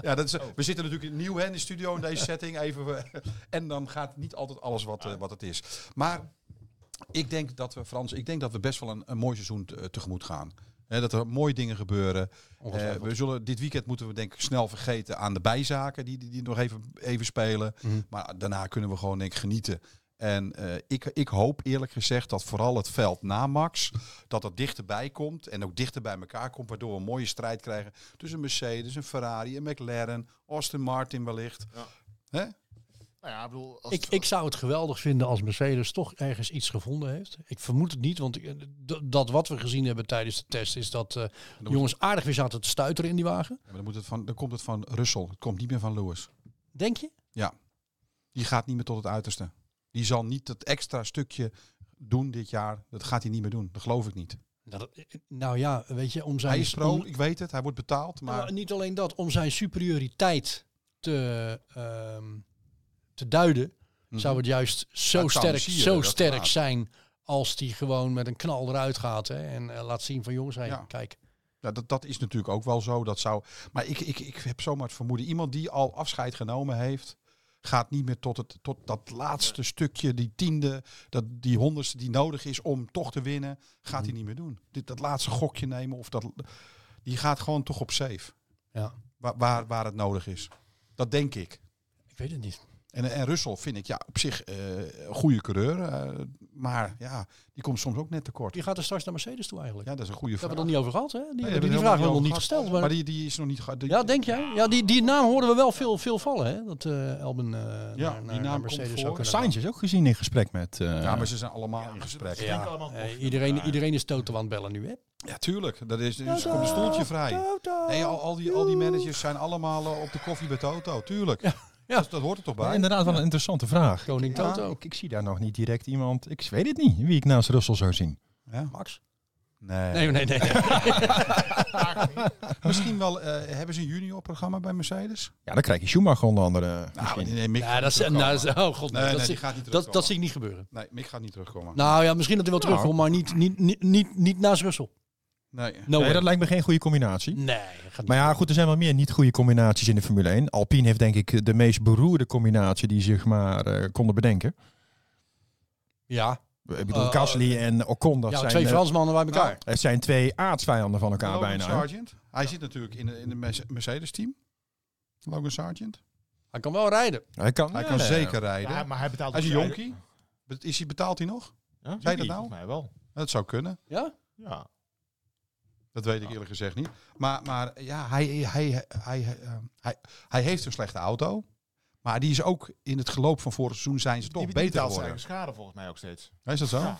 E: ja, dat is, We zitten natuurlijk nieuw hè, in de studio in deze setting. Even, eh, en dan gaat niet altijd alles wat, eh, wat het is. Maar ik denk dat we, Frans, ik denk dat we best wel een, een mooi seizoen te- eh, tegemoet gaan. Hè, dat er mooie dingen gebeuren. Eh, we zullen, dit weekend moeten we denk ik snel vergeten aan de bijzaken die, die, die nog even, even spelen. Maar daarna kunnen we gewoon denk ik genieten. En eh, ik, ik hoop eerlijk gezegd dat vooral het veld na Max, dat dat dichterbij komt en ook dichter bij elkaar komt, waardoor we een mooie strijd krijgen tussen Mercedes, Dus een Ferrari, een McLaren, Aston Martin wellicht.
G: Ja.
E: Hè?
G: Nou ja, ik bedoel, als
B: Ik,
G: het-
B: ik zou het geweldig vinden als Mercedes toch ergens iets gevonden heeft. Ik vermoed het niet, want ik- d- dat wat we gezien hebben tijdens de test is dat eh, de jongens aardig weer zaten te stuiteren in die wagen.
E: Ja, maar dan, moet het van, dan komt het van Russell, het komt niet meer van Lewis.
B: Denk je?
E: Die gaat niet meer tot het uiterste. Die zal niet dat extra stukje doen dit jaar. Dat gaat hij niet meer doen, dat geloof ik niet.
B: Nou, dat- nou ja, weet je, om zijn...
E: Hij is pro,
B: om-
E: ik weet het, hij wordt betaald, maar...
B: Nou, niet alleen dat, om zijn superioriteit te, ehm, te duiden, zou het juist zo
E: het Mhm. Nou, zou
B: sterk,
E: sieren,
B: zo
E: dat is
B: sterk
E: waar.
B: zijn als die gewoon met een knal eruit gaat hè, en eh, laat zien van jongens, hey,
E: Ja.
B: kijk.
E: Ja, dat, dat is natuurlijk ook wel zo. Dat zou, maar ik, ik, ik heb zomaar het vermoeden, iemand die al afscheid genomen heeft, gaat niet meer tot, het, tot dat laatste stukje, die tiende, dat, die honderdste die nodig is om toch te winnen, gaat hij niet meer doen. Dit, dat laatste gokje nemen, of dat, die gaat gewoon toch op safe,
B: Ja,
E: waar, waar, waar het nodig is. Dat denk ik.
B: ik weet het niet.
E: En, en Russell vind ik ja, op zich eh, een goede coureur, eh, maar ja, die komt soms ook net tekort.
B: Wie gaat er straks naar Mercedes toe eigenlijk?
E: Ja, dat is een goede
B: Daar hebben
E: vraag.
B: we het nog niet over gehad, hè? Die,
E: Nee,
B: die,
E: daar hebben
B: die
E: we
B: vraag hebben
E: helemaal
B: we nog
E: over
B: niet
E: gehad.
B: gesteld. Maar
E: Maar die, die is nog niet... ge- die-
B: Ja, denk jij? Ja, die, die naam hoorden we wel veel, veel vallen, hè? Dat eh Elben eh naar,
E: die
B: naar,
E: naam
B: naar
E: komt
B: Mercedes
E: voor.
B: zou kunnen gaan.
C: Sainz is ook gezien in gesprek met... eh,
E: Ja, maar ze zijn allemaal in gesprek.
D: Ze denken allemaal
B: Eh,
D: boven
B: iedereen,
D: elkaar.
B: iedereen is Toto aan het bellen nu, hè?
E: Ja, tuurlijk. Dat is, dus er komt een stoeltje vrij. Nee, al, al, die, al die managers zijn allemaal eh, op de koffie bij Toto. Tuurlijk. Dus
B: Ja. Ja.
E: Dat, dat hoort er toch
C: maar
E: bij?
C: inderdaad wel een interessante vraag.
B: Koning
C: Ja,
B: Toto.
C: ik, ik zie daar nog niet direct iemand... Ik weet het niet, wie ik naast Russell zou zien.
E: Ja.
B: Max?
E: Nee.
B: Nee, nee, nee.
E: Misschien wel, eh, hebben ze een junior programma bij Mercedes?
C: Ja, dan krijg je Schumacher onder andere.
E: Nou,
C: misschien.
E: nee, Mick
B: Ja,
E: gaat
B: dat,
E: niet
B: is, nou, dat
E: terugkomen.
B: is- oh god, nee,
E: Nee,
B: dat,
E: nee,
B: zie,
E: die gaat niet
B: dat,
E: terugkomen.
B: dat zie ik niet gebeuren.
E: Nee, Mick gaat niet terugkomen.
B: Nou ja, misschien dat hij wel
C: Nou.
B: terugkomt, maar niet, niet, niet, niet, niet naast Russell.
E: Nee.
B: No
C: nee,
B: way.
C: dat lijkt me geen goede combinatie.
B: nee, dat gaat niet.
C: Maar ja, goed, er zijn wel meer niet goede combinaties in de Formule 1. Alpine heeft denk ik de meest beroerde combinatie die zich maar eh, konden bedenken.
B: Ja,
C: Ik bedoel,
B: Eh,
C: Gasly en Ocon, dat
B: ja
C: zijn,
B: twee
C: eh,
B: Fransmannen bij elkaar.
E: Nou.
C: het zijn twee aardsvijanden van elkaar
E: Logan
C: bijna. hè?
E: Sargent. Hij zit natuurlijk in, de- in de Mes- Mercedes-team. Logan Sargent.
B: Hij kan wel rijden.
C: Hij kan,
E: Hij
C: ja,
E: kan
C: nee.
E: zeker rijden.
D: Ja, maar hij betaalt
E: hij is een
D: ook-
E: jonkie. Bet- Is hij, betaalt hij nog?
D: Ja?
E: Zei je dat nou?
D: Volgens mij wel.
E: Dat zou kunnen.
B: Ja?
D: Ja.
E: Dat weet ik eerlijk gezegd niet. Maar, maar ja, hij, hij, hij, eh, hij, hij heeft een slechte auto. Maar die is ook in het geloop van vorig seizoen zijn ze toch
D: die
E: beter
D: betaalt zijn
E: geworden.
D: eigen schade volgens mij ook steeds.
E: Is dat zo? Ja.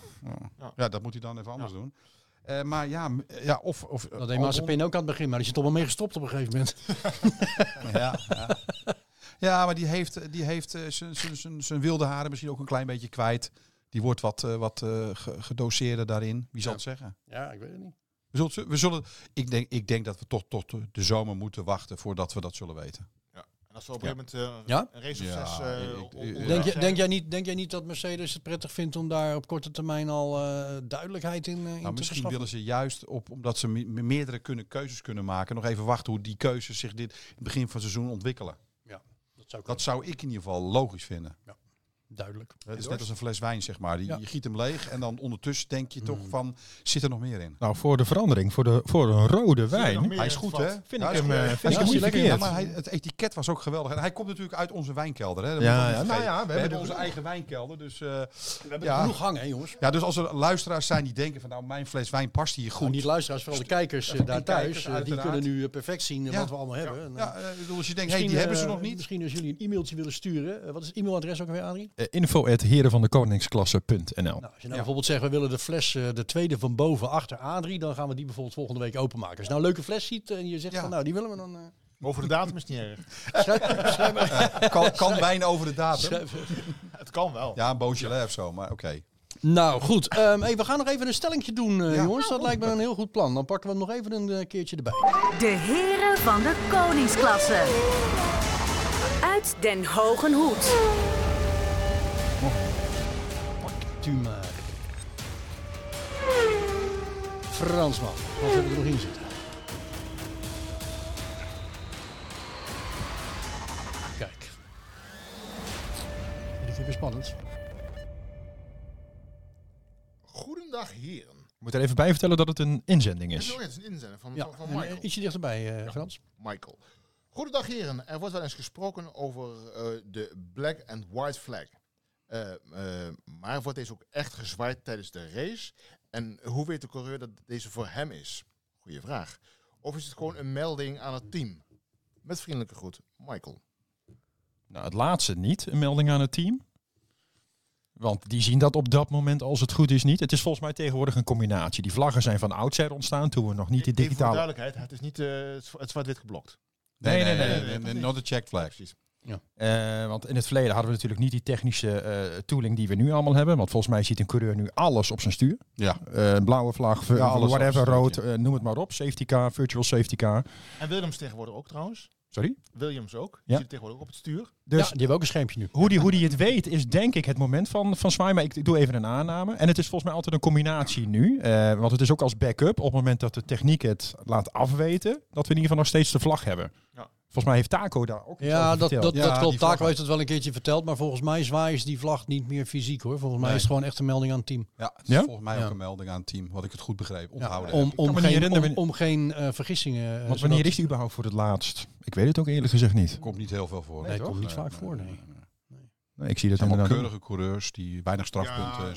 D: Ja.
E: Ja, dat moet hij dan even anders doen. Eh, maar ja, m- ja of... of oh,
B: Dat deed Mazepin ook aan het begin, maar die zit toch wel mee gestopt op een gegeven moment.
E: oh. Ja, ja. ja, maar die heeft, die heeft eh, zijn- zijn- zijn- zijn wilde haren misschien ook een klein beetje kwijt. Die wordt wat, eh, wat eh, ge- gedoseerder daarin. Wie zal
B: Ja.
E: het zeggen?
B: Ja, ik weet het niet.
E: We zullen, het- we zullen, ik, denk, ik denk dat we toch tot de zomer moeten wachten voordat we dat zullen weten.
D: En als we op een gegeven moment eh,
B: Ja?
D: een race of
E: Ja,
D: zes...
E: ik-
D: eh,
E: ik-
D: on-
E: denk
D: onderweg
B: Denk, je,
D: zijn,
B: denk, jij niet, denk jij niet dat Mercedes het prettig vindt om daar op korte termijn al eh, duidelijkheid in, eh, in
E: Nou,
B: te
E: misschien
B: verschaffen?
E: willen ze juist, op, omdat ze me- me- meerdere kunnen, keuzes kunnen maken, nog even wachten hoe die keuzes zich dit in het begin van het seizoen ontwikkelen.
B: Dat zou
E: Dat zou ik in ieder geval logisch vinden.
B: duidelijk.
E: Het is net als een fles wijn, zeg maar. Die,
B: Ja.
E: Je giet hem leeg en dan ondertussen denk je
C: Mm.
E: toch van, zit er nog meer in?
C: Nou, voor de verandering, voor, de, voor een rode
D: zijn er nog
C: wijn.
D: meer
E: Hij is
D: in
E: goed,
D: het
E: hè?
D: vat?
C: Vind
E: Ja,
C: ik
E: hij is
C: hem,
E: goed.
C: eh, vind ik hem
E: Ja, hij
C: niet
E: is lekker.
C: verkeerd.
E: Ja, maar hij, het etiket was ook geweldig. En hij komt natuurlijk uit onze wijnkelder. Hè? Dat
C: Ja,
E: moet ik niet
C: ja, nou
E: vergeten.
C: ja, we
E: we,
C: hebben
E: hebben
C: de-
E: onze eigen wijnkelder. Dus, eh,
B: We hebben
E: Ja.
B: genoeg hangen, hè, jongens.
E: ja, dus als er luisteraars zijn die denken van nou, mijn fles wijn past hier
B: Goed.
E: goed.
B: niet luisteraars, vooral de kijkers eh, daar
E: die kijkers,
B: thuis. eh, die
E: uiteraard.
B: kunnen nu eh, perfect zien eh,
E: Ja.
B: wat we allemaal hebben. En, eh,
E: ja, eh, ik bedoel, als je denkt, hey,
B: misschien,
E: die hebben ze
B: eh,
E: nog niet.
B: Misschien als jullie een e-mailtje willen sturen. Eh, wat is het e-mailadres ook weer, Adrie?
C: Eh, Info at herenvandekoningsklasse.nl
B: Nou, als je nou bijvoorbeeld zegt, we willen de fles, eh, de tweede van boven achter Adrie, dan gaan we die bijvoorbeeld volgende week openmaken. Als je nou een leuke fles ziet en je zegt
E: Ja.
B: van, nou, die willen we dan... eh,
D: Over de datum is het niet erg.
B: schrijf- schrijf maar-
E: Kan, kan wijn over de datum?
B: schrijf-
D: Het kan wel.
E: Ja, een Beaujolais of zo, maar oké.
B: Nou goed, ehm, hey, we gaan nog even een stellingje doen, eh,
E: Ja.
B: jongens. Dat lijkt me een heel goed plan. Dan pakken we het nog even een eh, keertje erbij.
F: De heren van de koningsklasse. Uit Den Hogenhoed.
B: Doe maar. Fransman, wat hebben we er nog in zitten? Kijk. Dit is weer spannend.
G: Goedendag heren.
C: Ik moet er even bij vertellen dat het een inzending
G: Dit is
C: is.
G: ook eens een inzender van,
B: Ja,
G: van- van
B: en, eh,
G: Michael.
B: ietsje dichterbij, eh, Frans.
G: Michael. Goedendag heren. Er wordt wel eens gesproken over eh, de black and white flag. Eh, eh, maar wordt deze ook echt gezwaaid tijdens de race? En hoe weet de coureur dat deze voor hem is? Goeie vraag. Of is het gewoon een melding aan het team? Met vriendelijke groet, Michael.
C: Nou, het laatste niet, een melding aan het team. Want die zien dat op dat moment, als het goed is, niet. Het is volgens mij tegenwoordig een combinatie. Die vlaggen zijn van oudsher ontstaan toen we nog niet de
D: Even voor de
C: digitale...
D: duidelijkheid, het is niet eh, het zwa- het zwart-wit geblokt.
C: Nee, nee, nee,
D: nee, nee.
E: Not a check flag.
D: Precies.
C: Eh, want in het verleden hadden we natuurlijk niet die technische eh, tooling die we nu allemaal hebben. Want volgens mij ziet een coureur nu alles op zijn stuur.
E: Ja.
C: Eh, blauwe vlag, v-
E: Ja, alles
C: whatever,
E: op zijn
C: rood,
E: stuur.
C: eh, noem het maar op. Safety car, virtual safety car.
D: En Williams tegenwoordig ook trouwens.
C: Sorry?
D: Williams ook. Die
C: Ja.
D: zit tegenwoordig op het stuur.
C: Dus
B: ja, die hebben ook een schermpje nu.
C: Hoe die, hoe die het weet is denk ik het moment van, van zwaai, maar ik doe even een aanname. En het is volgens mij altijd een combinatie nu, eh, want het is ook als backup op het moment dat de techniek het laat afweten, dat we in ieder geval nog steeds de vlag hebben.
D: Ja.
C: Volgens mij heeft Taco daar ook iets
B: Ja,
C: over
B: dat,
C: verteld.
B: dat,
E: Ja,
B: dat klopt.
E: die vlag.
B: Taco heeft het wel een keertje verteld, maar volgens mij zwaaien ze die vlag niet meer fysiek hoor. Volgens mij
E: Nee.
B: is het gewoon echt een melding aan het team.
E: Ja, het is
C: Ja?
E: volgens mij
B: Ja.
E: ook een melding aan het team, wat ik het goed begreep. Onthouden.
B: om,
C: me
B: om,
C: niet
B: geen, om,
C: herinneren
B: om geen eh, vergissingen. eh,
C: Want wanneer
B: zodat-
C: is die überhaupt voor het laatst? Ik weet het ook eerlijk gezegd niet.
E: Komt niet heel veel voor.
B: Nee, komt niet
E: Eh,
B: vaak voor, nee.
C: Nee, ik zie dat
E: Het zijn
C: inderdaad.
E: allemaal keurige coureurs die weinig strafpunten en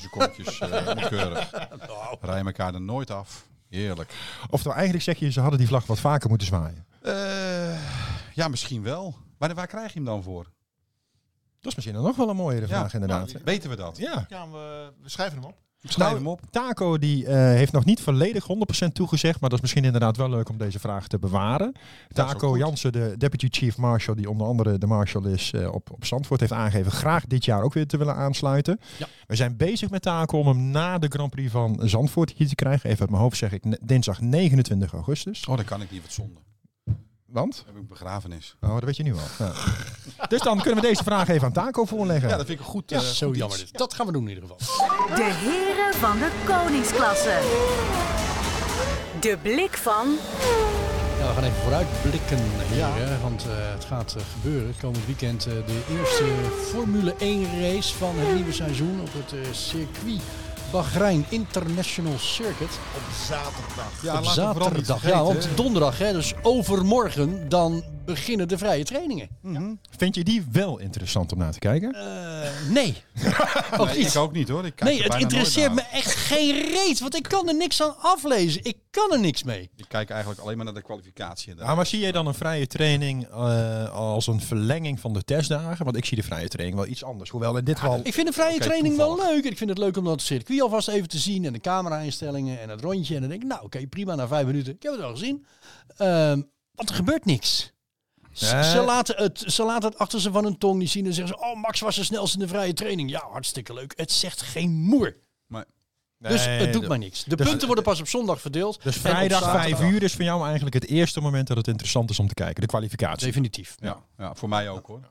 E: secondjes eh onkeurig.
B: Nou.
E: Rijden elkaar er nooit af. Heerlijk.
C: Oftewel, eigenlijk zeg je, ze hadden die vlag wat vaker moeten zwaaien.
E: Eh, ja, misschien wel. Maar waar krijg je hem dan voor?
C: Dat is misschien dan nog wel een mooiere
E: Ja,
C: vraag inderdaad.
D: nou,
E: Weten we dat?
C: ja.
D: Ja,
G: Eh,
D: we, we schrijven hem op.
E: Ik snij
C: Nou,
E: hem op.
C: Taco die, eh, heeft nog niet volledig 100% toegezegd, maar dat is misschien inderdaad wel leuk om deze vraag te bewaren.
E: Dat is ook
C: Taco
E: goed.
C: Jansen, de deputy chief marshal, die onder andere de marshal is eh, op, op Zandvoort, heeft aangegeven graag dit jaar ook weer te willen aansluiten.
B: Ja.
C: We zijn bezig met Taco om hem na de Grand Prix van Zandvoort hier te krijgen. Even uit mijn hoofd zeg ik ne- dinsdag 29 augustus.
E: Oh, dan kan ik niet wat zonde.
C: Want?
E: Dan heb ik begrafenis.
C: Oh, dat weet je nu al. Ja. dus dan kunnen we deze vraag even aan Taco voorleggen.
E: Ja, dat vind ik een goed.
B: Ja,
E: eh,
B: zo
E: goed
B: jammer
E: iets.
B: dit. Dat gaan we doen in ieder geval.
F: De heren van de koningsklasse. De blik van
B: Ja, we gaan even vooruitblikken hier, hè, want eh, het gaat eh, gebeuren. Het komend weekend eh, de eerste Formule 1 race van het nieuwe seizoen op het eh, circuit Bahrein International Circuit.
D: Op zaterdag.
E: Ja,
B: op
E: laten we vooral
B: zaterdag.
E: niet
B: Ja,
E: vergeten,
B: want
E: hè.
B: donderdag, hè, dus overmorgen, dan beginnen de vrije trainingen.
C: Vind je die wel interessant om naar te kijken?
B: Eh, nee. Ook
E: Nee,
B: niet.
E: ik ook niet hoor. Ik kijk
B: Nee,
E: er
B: het
E: bijna nooit
B: interesseert
E: naar.
B: me echt geen reet, want ik kan er niks aan aflezen. Ik kan er niks mee.
E: Ik kijk eigenlijk alleen maar naar de kwalificatie. inderdaad.
C: Ja, Ah, maar zie jij dan een vrije training eh, als een verlenging van de testdagen? Want ik zie de vrije training wel iets anders. Hoewel in dit geval...
B: Ik vind de vrije
E: Oké,
B: training wel
E: toevallig.
B: leuk. En ik vind het leuk om dat circuit alvast even te zien. En de camera-instellingen en het rondje. En dan denk ik, nou oké, prima, na vijf minuten. Ik heb het al gezien. Ehm, want er gebeurt niks. Ze, ze laten het, ze laten het achter ze van hun tong niet zien. En zeggen ze, oh, Max was de snelste in de vrije training. Ja, hartstikke leuk. Het zegt geen moer. Dus
C: Nee,
B: het doet
C: de-
B: mij niks. De
C: dus-
B: punten worden pas op zondag verdeeld.
C: Dus
B: en op
C: vrijdag
B: zaterdag-
C: 5 uur is voor jou eigenlijk het eerste moment dat het interessant is om te kijken. De kwalificatie.
B: Definitief.
E: Ja, ja, voor mij ook hoor.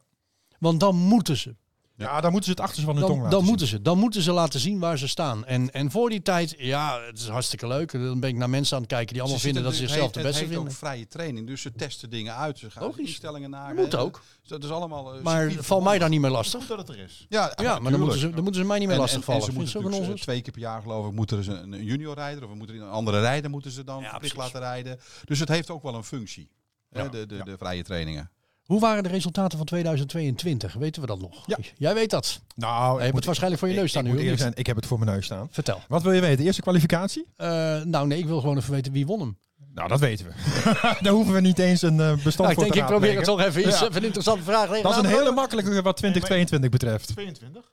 B: Want dan moeten ze.
C: Ja, dan moeten ze het achterste van hun tong
B: Dan,
C: laten
B: dan
C: zien.
B: moeten ze. Dan moeten ze laten zien waar ze staan. En, en voor die tijd, ja, het is hartstikke leuk. Dan ben ik naar mensen aan het kijken die allemaal
E: Ze zitten
B: vinden dat ze zichzelf
E: natuurlijk-
B: de
E: het
B: beste
E: heeft
B: vinden.
E: ook vrije training, dus ze testen dingen uit. Ze gaan
B: Logisch.
E: instellingen naar.
B: Moet
E: eh,
B: ook.
E: dus Dat is allemaal. eh,
B: Maar
E: circuit-
B: val mij dan niet meer lastig.
D: Goed dat het er is.
E: Ja,
B: Ja, maar dan moeten, ze, dan moeten ze mij niet meer
E: En-
B: lastig
E: en, en
B: vallen.
E: ze
B: Vind je dat
E: moeten
B: ook een
E: natuurlijk eh,
B: onzin?
E: twee keer per jaar geloof ik, moet er eens een, een junior rijder of moet er een andere rijder moeten ze dan
B: Ja,
E: verplicht
B: precies.
E: laten rijden. Dus het heeft ook wel een functie. hè, de, de, de vrije trainingen.
B: Hoe waren de resultaten van 2022? Weten we dat nog?
C: Ja.
B: Jij weet dat.
C: Nou,
B: Je
C: ik
B: moet
C: moet-
B: waarschijnlijk voor je
C: ik-
B: neus
C: ik
B: staan
C: moet
B: nu.
C: eerlijk
B: of niet?
C: zijn, ik heb het voor mijn neus staan.
B: Vertel.
C: Wat wil je weten? Eerste kwalificatie?
B: Eh, nou nee, ik wil gewoon even weten wie won hem.
C: Nou, dat weten we. Daar hoeven we niet eens een eh, bestand
B: Nou, ik
C: voor
B: denk,
C: te
B: ik probeer het
C: raadplegen.
B: toch even, iets,
C: Ja.
B: even een interessante vraag.
C: Dat is een hele makkelijke wat 2022 betreft.
D: 22?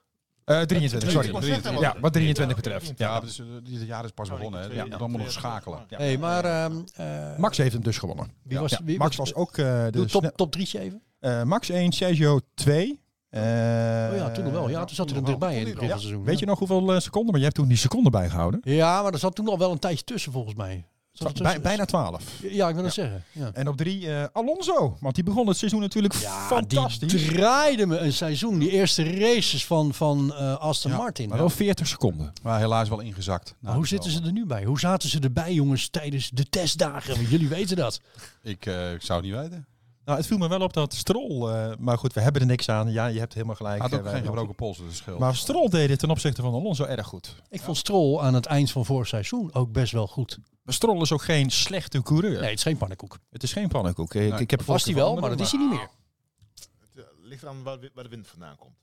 C: Eh 23, sorry.
E: 23.
C: Ja, wat 23 betreft.
E: Ja,
C: Ja,
E: maar dus, eh, dit jaar is pas
D: Sorry,
E: begonnen. Hè.
D: twee-
E: Ja,
D: ja,
E: dan moet
D: twee-
E: nog schakelen.
D: Ja.
B: Nee, maar ehm, eh,
C: Max heeft hem dus gewonnen.
B: wie was,
C: Ja,
B: wie,
C: Max was ook eh, de
B: doe
C: sne-
B: top, top drietje even.
C: eh, Max 1, Sergio 2. Eh,
B: Oh ja, toen nog wel. Ja, toen zat hij er dichtbij in het begin
C: Ja,
B: van het seizoen.
C: Weet je nog hoeveel eh, seconden? Maar jij hebt toen die seconden bijgehouden.
B: Ja, maar er zat toen al wel een tijdje tussen volgens mij. Zat er
C: Bij,
B: tussen-
C: bijna 12.
B: Ja, ik wil het zeggen. Ja.
C: En op 3 Alonso. Want die begon het seizoen natuurlijk fantastisch.
B: Die draaide me een seizoen. Die eerste races van, van eh, Aston
E: Ja,
B: Martin.
C: maar wel 40 seconden.
E: Maar helaas wel ingezakt. Nou,
B: Maar hoe zitten ze er nu bij? Hoe zaten ze erbij, jongens, tijdens de testdagen? Want jullie weten dat.
E: Ik, eh, ik zou het niet weten.
C: Nou, het viel me wel op dat Strol. eh, maar goed, we hebben er niks aan. Ja, je hebt helemaal gelijk.
E: Hij had
C: eh,
E: ook
C: wij-
E: geen gebroken pols, dat scheelt.
C: Maar Strol deed het ten opzichte van Alonso erg goed.
B: Ik vond Stroll aan het eind van vorig seizoen ook best wel goed.
C: Maar Stroll is ook geen slechte coureur.
B: Nee, het is geen pannenkoek.
C: Het is geen pannenkoek. Ik,
E: Nee,
C: ik heb
B: Was
C: hij
B: hij wel, maar dat is hij niet meer.
D: Het eh, ligt aan waar, de- waar de wind vandaan komt.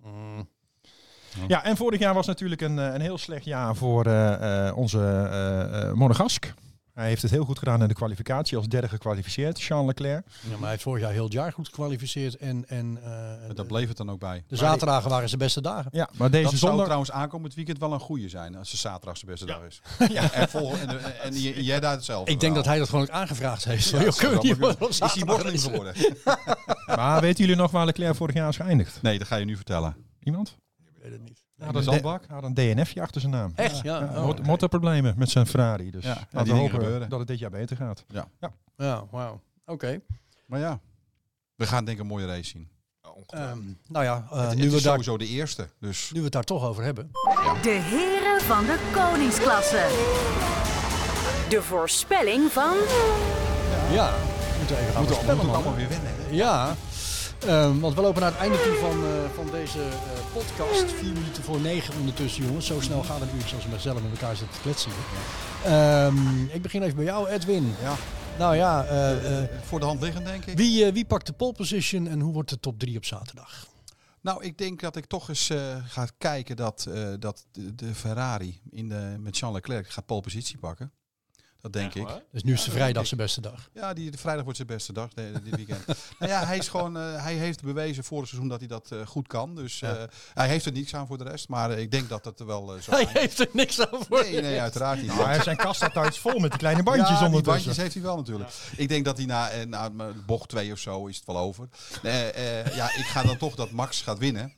C: Ja, en vorig jaar was natuurlijk een, eh, een heel slecht jaar voor eh, eh, onze eh, eh, Monegask. Hij heeft het heel goed gedaan in de kwalificatie. Als derde gekwalificeerd, Charles Leclerc.
B: Ja, maar hij heeft vorig jaar heel het jaar goed gekwalificeerd. En, en eh,
E: Dat bleef het dan ook bij.
B: de zaterdagen waren zijn beste dagen.
C: Ja, maar deze
E: Dat zou
C: zondag...
E: trouwens aankomend weekend wel een goede zijn. Als de zaterdag zijn beste dag is. En, vol, en, en, en jij- jij daar hetzelfde.
B: Ik denk dat
E: verhaal.
B: hij dat gewoon ook aangevraagd heeft.
E: Oh, nou. Ja,
B: Joh,
E: dat zou
B: kunnen we niet
E: wel
B: op
E: kunnen. Is hij
B: zaterdag
E: morgeling
B: race?
E: geworden?
C: Maar weten jullie nog waar Leclerc vorig jaar is geëindigd?
E: Nee, dat ga je nu vertellen.
C: Iemand?
B: Ik weet het niet.
C: Hij had een, zandbak. had een DNFje achter zijn naam.
B: Echt? Ja.
C: Ja,
B: Oh.
C: mot- Motterproblemen met zijn Ferrari. Dus
E: Ja, ja, die
C: laten we
E: dingen
C: hopen
E: gebeuren.
C: dat het dit jaar beter gaat.
B: Ja, wauw. Oké.
E: Maar ja, we gaan denk ik een mooie race zien.
B: Ehm, nou ja, eh,
E: Het
B: nu, we
E: is
B: daar,
E: sowieso de eerste. Dus
B: nu we het daar toch over hebben.
F: De heren van de koningsklasse. De voorspelling van
B: Ja, moeten we even gaan
E: moeten
B: voorspellen,
E: we moeten het
B: man.
E: allemaal weer wennen. hè?
B: Ja, ehm, want we lopen naar het einde toe van, eh, van deze eh, podcast. Vier minuten voor negen ondertussen, jongens. Zo snel gaat een uurtje als we mezelf met elkaar zitten te kletsen. Ehm, ik begin even bij jou, Edwin.
E: Ja.
B: Nou ja, eh, eh,
E: Voor de hand liggend, denk ik.
B: wie, eh, wie pakt de pole position en hoe wordt de top drie op zaterdag?
E: Nou, ik denk dat ik toch eens eh, ga kijken dat, eh, dat de, de Ferrari in de, met Charles Leclerc gaat pole positie pakken. Dat denk ik.
B: Dus nu is de vrijdag zijn beste dag.
E: Ja, die, de vrijdag wordt zijn beste dag de- de- dit weekend. nou ja, hij, is gewoon, eh, hij heeft bewezen vorig seizoen dat hij dat eh, goed kan. Dus eh, hij heeft er niets aan voor de rest. Maar eh, ik denk dat dat er wel eh, zo
B: Hij
E: eind-
B: heeft er niks aan voor.
E: Nee, nee, uiteraard niet.
C: Maar zijn kast staat thuis vol met die kleine bandjes
E: ja, die
C: ondertussen.
E: bandjes heeft hij wel natuurlijk. Ik denk dat hij na, eh, na m- bocht 2 of zo is het wel over. Eh, eh, ja, ik ga dan toch dat Max gaat winnen.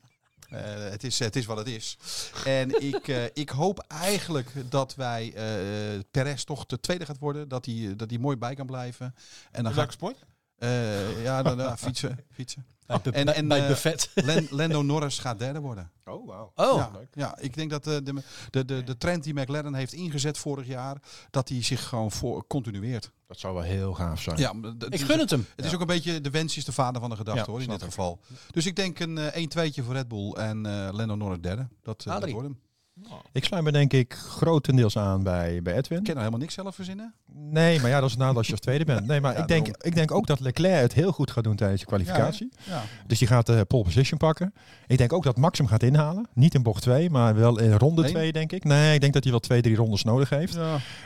E: Eh, het, is, het is wat het is. En ik, eh, ik hoop eigenlijk dat wij eh Perez toch de tweede gaat worden. Dat hij dat hij mooi bij kan blijven. En dan ga ik,
D: Welke sport?
E: eh, ja, dan, ja, fietsen. fietsen.
B: Bij, het be-
E: En-
B: bij-
E: en,
B: bij het
E: eh,
B: buffet.
E: Len- Lando Norris gaat derde worden.
C: Oh, wauw.
B: Oh,
E: ja, ja, ik denk dat eh, de, de, de, de trend die McLaren heeft ingezet vorig jaar, dat die zich gewoon voor, continueert.
C: Dat zou wel heel gaaf zijn.
E: Ja, maar dat- dus
B: ik gun het hem.
E: Het is ook een beetje de wens is de vader van de gedachte
C: Ja,
E: hoor, in
C: snap
E: dit geval. Dus ik denk een eh, 1-2'tje voor Red Bull en eh Lando Norris derde. Dat, eh, dat
B: Adrie.
E: wordt hem.
C: Ik sluit me denk ik grotendeels aan bij, bij Edwin.
E: Ik kan nou helemaal niks zelf verzinnen.
C: Nee, maar ja, dat is het nadeel als je als tweede bent. Nee, maar
E: Ja,
C: ik, denk,
E: daarom.
C: ik denk ook dat Leclerc het heel goed gaat doen tijdens de kwalificatie.
E: Ja.
C: Dus die gaat de pole position pakken. Ik denk ook dat Max hem gaat inhalen. Niet in bocht 2, maar wel in ronde
E: Nee?
C: 2, denk ik. Nee, ik denk dat hij wel twee, drie rondes nodig heeft.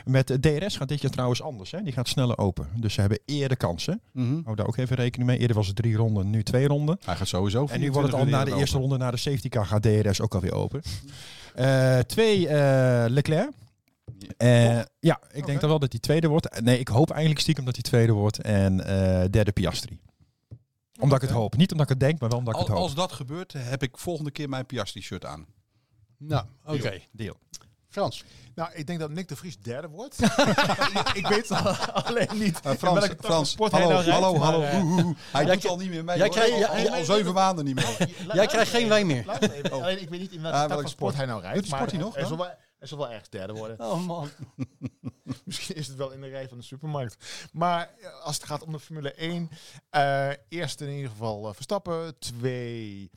C: Met eh, DRS gaat dit jaar trouwens anders. Hè? Die gaat sneller open. Dus ze hebben eerder kansen.
E: Mhm.
C: Hou daar ook even rekening mee. Eerder was het drie ronden, nu twee ronden.
E: Hij gaat sowieso.
C: En nu wordt het al na de eerste ronde, na de safety car, gaat DRS ook alweer open. Eh, twee, eh, Leclerc. Eh, ja, ik denk dan wel dat hij tweede wordt. Eh, Nee, ik hoop eigenlijk stiekem dat hij tweede wordt. En eh, derde, Piastri. Omdat ik het hoop. Niet omdat ik het denk, maar wel omdat ik
E: Al-
C: het Eh, hoop.
E: als dat gebeurt, heb ik volgende keer mijn Piastri-shirt aan.
B: Nou, oké.
C: Deal.
B: Frans.
G: Nou, ik denk dat Nick de Vries derde wordt. ik, ik weet alleen niet.
E: Eh, Frans,
G: welke tak van
E: Frans,
G: sport
E: hallo,
G: hij nou rijdt,
E: hallo,
G: maar,
E: hallo.
G: eh,
E: Oeh, oeh, oeh. Hij
B: Jij
E: doet
B: krijgt-
E: al niet meer mee.
B: jij
E: hoor.
B: krijgt-
E: al,
G: jij-
E: al zeven maanden niet meer.
B: Jij krijgt geen wijn meer.
G: Laat me even. Alleen, ik weet niet in welke
E: Ah,
G: tak
E: welke
G: van
E: sport?
G: sport hij nou rijdt.
E: Doet die sport
G: maar
E: hij nog
G: Hij
E: dan?
G: zal wel, hij zal wel ergens derde worden.
B: Oh man.
G: Misschien is het wel in de rij van de supermarkt. Maar eh, als het gaat om de Formule 1, eh eerst in ieder geval eh, Verstappen. Twee.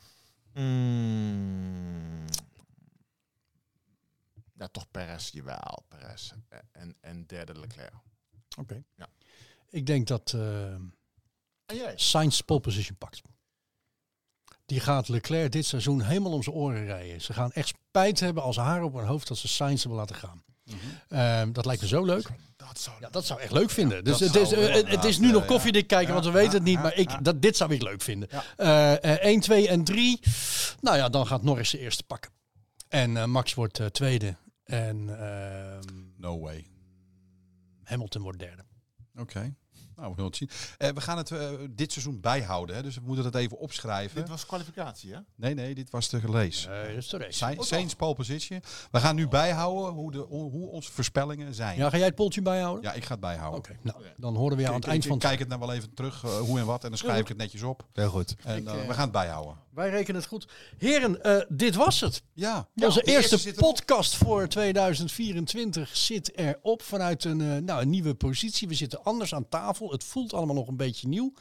G: mm, ja, toch Perez, jawel, Perez. Eh, En, en derde Leclerc.
B: Ik denk dat eh
E: Ah,
G: En jij?
B: Sainz pole position pakt. Die gaat Leclerc dit seizoen helemaal om zijn oren rijden. Ze gaan echt spijt hebben als haar op hun hoofd dat ze Sainz hebben laten gaan. Eh, dat lijkt me zo leuk.
G: Dat zou
B: Ja, dat zou ik echt leuk vinden. Dus
E: dat
B: het is,
E: zou
B: eh, het, het is nu
E: inderdaad,
B: nog
E: eh,
B: koffiedik kijken,
E: ja.
B: want we weten het niet.
E: Ja,
B: Maar ik,
E: ja.
B: dat, dit zou ik leuk vinden.
E: Ja.
B: Eh, eh, 1, 2 en 3. Nou ja, dan gaat Norris de eerste pakken. En eh, Max wordt eh, tweede. En ehm,
E: No way.
B: Hamilton wordt derde.
E: Oké. Nou, we gaan het zien. Eh, we gaan het eh, dit seizoen bijhouden, hè, dus we moeten dat even
G: Dit
E: opschrijven.
G: was kwalificatie, hè?
E: Nee, nee, dit was de lees.
B: Eh, dat is de race.
E: Zijn, Saints pole position. We gaan nu bijhouden hoe, de, hoe onze voorspellingen zijn.
B: Ja, ga jij het poltje bijhouden?
E: Ja, ik ga het bijhouden.
B: Oké, nou, dan horen we je aan
E: Ik-
B: het
E: ik-
B: eind
E: ik
B: van...
E: kijk het nou wel even terug, eh, hoe en wat, en dan schrijf ik het netjes op.
C: Heel goed.
E: En eh, we gaan het bijhouden.
B: Wij rekenen het goed. Heren, eh, dit was het.
E: Ja,
B: Onze
E: de
B: eerste,
E: zit erop.
B: podcast voor 2024 zit erop vanuit een, eh, nou, een nieuwe positie. We zitten anders aan tafel. Het voelt allemaal nog een beetje nieuw.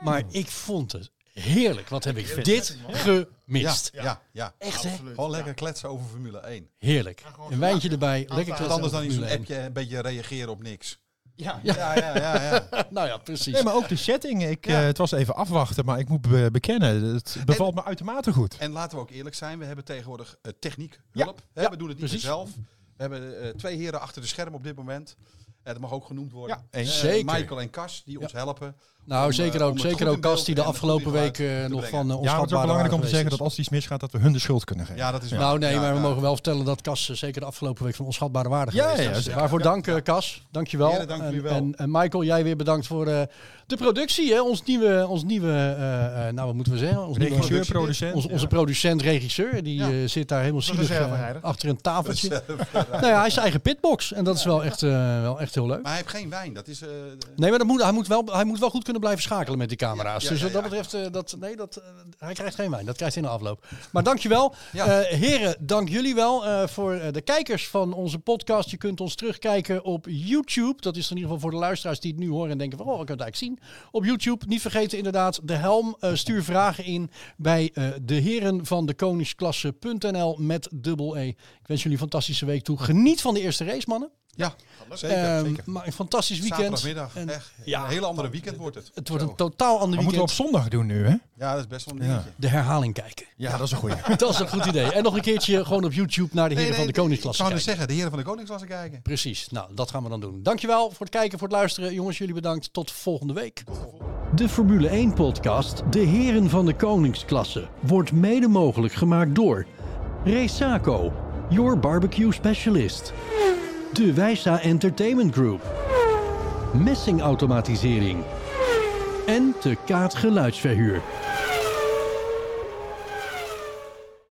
B: Maar ik vond het heerlijk. Wat heb ik dit
E: Ja,
B: gemist.
E: ja, ja.
B: Echt hè?
G: Absoluut.
E: Gewoon lekker kletsen over Formule 1.
B: Heerlijk. Een wijntje erbij. Lekker
E: Wat
B: kletsen
E: anders dan in
B: over
E: zo'n
B: Formule
E: appje een beetje reageren op niks.
G: Ja.
E: Ja, ja, ja. ja.
B: 1. Nou ja, precies.
C: Nee, maar ook de setting. Ik, eh, het was even afwachten, maar ik moet be- bekennen, het bevalt me uitermate goed.
E: En laten we ook eerlijk zijn, we hebben tegenwoordig eh, techniek
C: Ja,
E: hulp. Hè, we doen het niet
B: precies.
E: zelf. We hebben eh, twee heren achter de scherm op dit moment. Eh, dat mag ook genoemd worden.
C: Ja,
E: Eh,
B: zeker.
E: Michael en Cas, die ons helpen.
B: nou,
E: om,
B: zeker
E: eh,
B: ook,
E: om het
B: zeker
E: goed
B: ook
E: in beeld
B: Kast die de
E: en het goed in
B: afgelopen
E: geluid
B: week eh,
E: te
B: nog van
E: brengen.
B: uh,
C: Ja, het is ook belangrijk om te zeggen dat als iets misgaat, dat we hun de schuld kunnen geven.
E: Ja, dat is waar.
B: Nou nee,
E: Ja,
B: maar we
E: ja.
B: mogen wel vertellen dat Cas eh, zeker de afgelopen week van onschatbare waarde
C: Ja,
B: geweest
C: ja,
B: is.
C: zeker.
B: Waarvoor dank, eh, Cas. Dankjewel.
E: Heren, dank
B: En-
E: jullie wel.
B: En, en Michael, jij weer bedankt voor eh, de productie. Hè? Ons nieuwe, ons nieuwe eh, eh, nou wat moeten we zeggen? Ons nieuwe-
C: Regisseur, producent.
B: onze, onze producent, regisseur, die eh, zit daar helemaal zielig eh,
G: reserverijder.
B: achter een tafeltje. nou ja, hij is zijn eigen pitbox en dat is wel echt, eh, wel echt heel leuk.
E: Maar hij heeft geen wijn. Dat is. eh,
B: Nee, maar dat moet, hij, moet wel, hij moet wel goed kunnen blijven schakelen met die camera's.
E: Ja, ja,
B: dus wat
E: ja,
B: dat
E: ja.
B: betreft, eh, dat, nee, dat, eh, hij krijgt geen wijn. Dat krijgt hij in de afloop. Maar dankjewel.
E: Ja.
B: Eh, heren, dank jullie wel eh, voor eh, de kijkers van onze podcast. Je kunt ons terugkijken op YouTube. Dat is in ieder geval voor de luisteraars die het nu horen en denken van... oh, ik kan het eigenlijk zien. Op YouTube, niet vergeten inderdaad, de helm. Eh, stuur vragen in bij eh, de heren van de koningsklasse.nl met dubbel E. Ik wens jullie een fantastische week toe. Geniet van de eerste race, mannen.
E: ja, zeker.
B: Ehm,
E: zeker.
B: Maar een fantastisch weekend.
E: Zaterdagmiddag.
B: En
E: echt.
B: ja.
E: een hele andere weekend wordt het.
B: het wordt
E: Zo.
B: een totaal ander
C: Maar moeten we
B: weekend.
C: op zondag doen nu, hè?
E: Ja, dat is best wel een
C: Ja.
E: dingetje.
B: de herhaling kijken.
C: Ja, dat is een goede.
B: Dat is een goed idee. En nog een keertje gewoon op YouTube naar de Heren van de Koningsklasse
E: Ik zou
B: kijken.
E: dus zeggen, de heren van de koningsklasse kijken.
B: Precies. Nou, dat gaan we dan doen. Dankjewel voor het kijken, voor het luisteren. Jongens, jullie bedankt. Tot volgende week.
A: De Formule 1-podcast De Heren van de Koningsklasse wordt mede mogelijk gemaakt door Resaco, your barbecue specialist. De Wijsa Entertainment Group. Messingautomatisering. En de Kaat Geluidsverhuur.